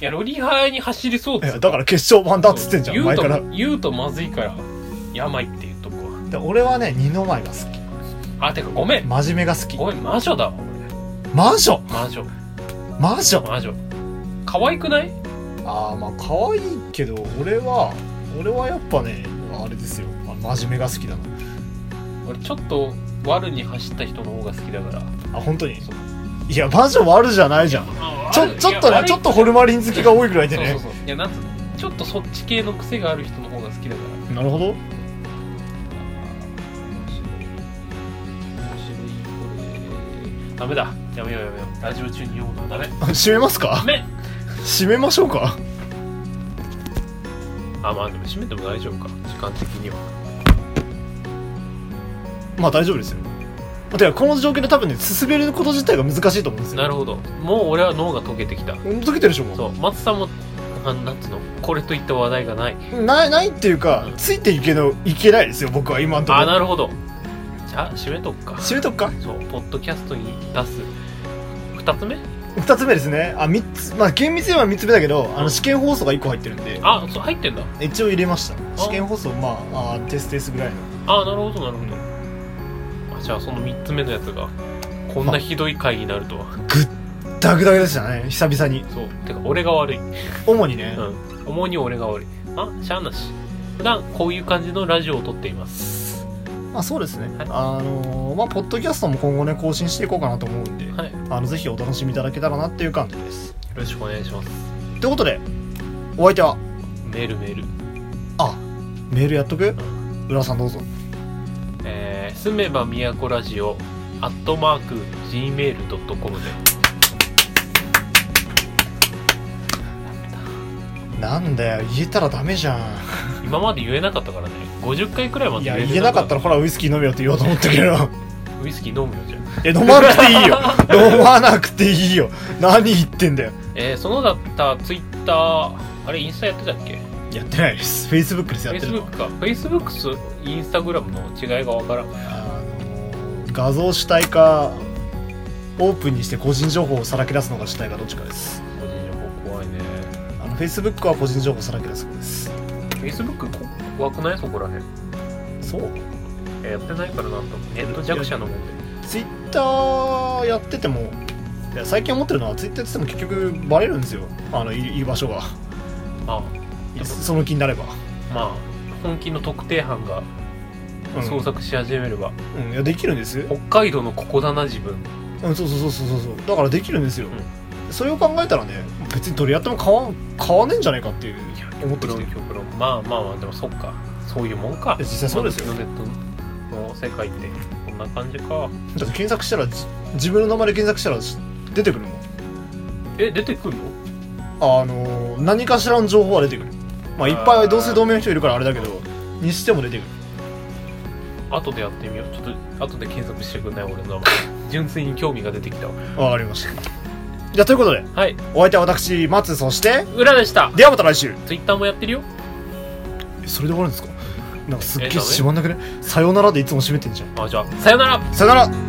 B: いやロリ派に走りそうっ
A: い
B: つう
A: やだから決勝版だっつってんじゃん
B: 言う
A: 前
B: と
A: から
B: 言うとまずいから病って言っとくわ
A: で俺はね二の舞が好き
B: あてかごめん
A: 真面目が好き
B: ごめん魔女だわ
A: 魔女
B: 俺魔女
A: 魔女
B: 魔女可愛くない
A: ああまあ可愛いけど俺は俺はやっぱねあれですよあ真面目が好きだな
B: 俺ちょっと悪に走った人の方が好きだから
A: あ本当に
B: そう
A: いや魔女悪じゃないじゃんちょちょっとねちょっとホルマリン好きが多いぐらいで
B: そう
A: ね
B: そうそういやなんつうのちょっとそっち系の癖がある人の方が好きだか
A: な
B: ら
A: るほど
B: 面白い面白いこれダメだやめようやめようラジオ中に読むのはダメ
A: 締めます
B: ダ
A: か <laughs>
B: メ
A: 締めましょうか
B: あまあでも閉めても大丈夫か時間的には
A: まあ大丈夫ですよてかこの状況で多分ね進めること自体が難しいと思うんですよ
B: なるほどもう俺は脳が溶けてきた
A: ほど解けてるでしょもう
B: そう松さんもあなんつうのこれといった話題がない
A: ないないっていうか
B: うん
A: ついていけのいけないですよ僕は今のとこ
B: あ
A: ろ
B: なるほどじゃあ閉めとくか
A: 締めとくか
B: そうポッドキャストに出す2つ目
A: 2つ目ですねあ三つまあ厳密には3つ目だけどあ
B: う
A: の
B: ん
A: 試験放送が1個入ってるんで
B: あそう入ってんだ
A: 一応入れました試験放送まああーテステスぐらいの
B: あなるほどなるほどあじゃあその3つ目のやつがこんなひどい回になるとは
A: ダグダグでしたね久々に
B: <laughs> そうてか俺が悪い
A: 主にね、
B: うん、主に俺が悪いあしゃあなし普段こういう感じのラジオを撮っています
A: まあそうですね、
B: はい
A: あのーまあポッドキャストも今後ね更新していこうかなと思うんで、
B: はいよ
A: あのぜひお楽しみいただけたらなっていう感じです
B: ろしくお願いします
A: ということでお相手は
B: メールメール
A: あメールやっとく浦さんどうぞ
B: えー、住めば都ラジオアットマーク gmail.com で
A: なんだよ言えたらダメじゃん
B: 今まで言えなかったからね50回くらいま
A: い
B: で
A: や
B: れて
A: 言えなかったらほらウイスキー飲めよ <laughs> って言おうと思ったけど
B: ウイスキー飲むよじゃん
A: え飲まなくていいよ飲まなくていいよ何言ってんだよ
B: えー、そのだったツイッターあれインスタやってたっけ
A: やってないですフェイスブックですやってるの
B: Facebook か Facebook とインスタグラムの違いがわからん
A: あのー画像主体かオープンにして個人情報をさらけ出すのが主体かどっちかです
B: 個人情報怖いね
A: あのフェイスブックは個人情報さらけ出す方です
B: Facebook こ怖くないそこらへん
A: そう
B: やってないからなんともネット弱者のもんで
A: ツイッターやっててもいや最近思ってるのはツイッターやってても結局バレるんですよあのい居場所が
B: あ
A: いその気になれば、
B: まあ本気の特定班が
A: うん
B: 捜索し始めれば、
A: うん、いやできるんですよ、
B: 北海道のここだな自分
A: うん、そうそうそうそうそうだからできるんですよ、
B: う
A: それを考えたらね別にどれやっても買わん買わねえんじゃないかっていう思ってきて
B: 論極論まあまあまあでもそっかそういうもんか
A: 実際そうですよ
B: 今のネットの世界ってこんな感じか
A: だって検索したらじ自分の名前で検索したらし出てくるもん
B: え出てくるの
A: あのー何かしらの情報は出てくるまあいっぱい同姓同名の人いるからあれだけどにしても出てくる
B: 後でやってみようち <laughs> ょっと後で検索してくんない俺の名前純粋に興味が出てきたわ
A: あありましたじゃあということで
B: はい
A: お相手は私松そして
B: 裏でした
A: ではまた来週
B: Twitter もやってるよ
A: それで終わるんですかなんかすっげ
B: え
A: え
B: ダメ
A: 閉まんなくねさよならでいつも閉めてんじゃん
B: あじゃあさよなら
A: さよなら
D: 「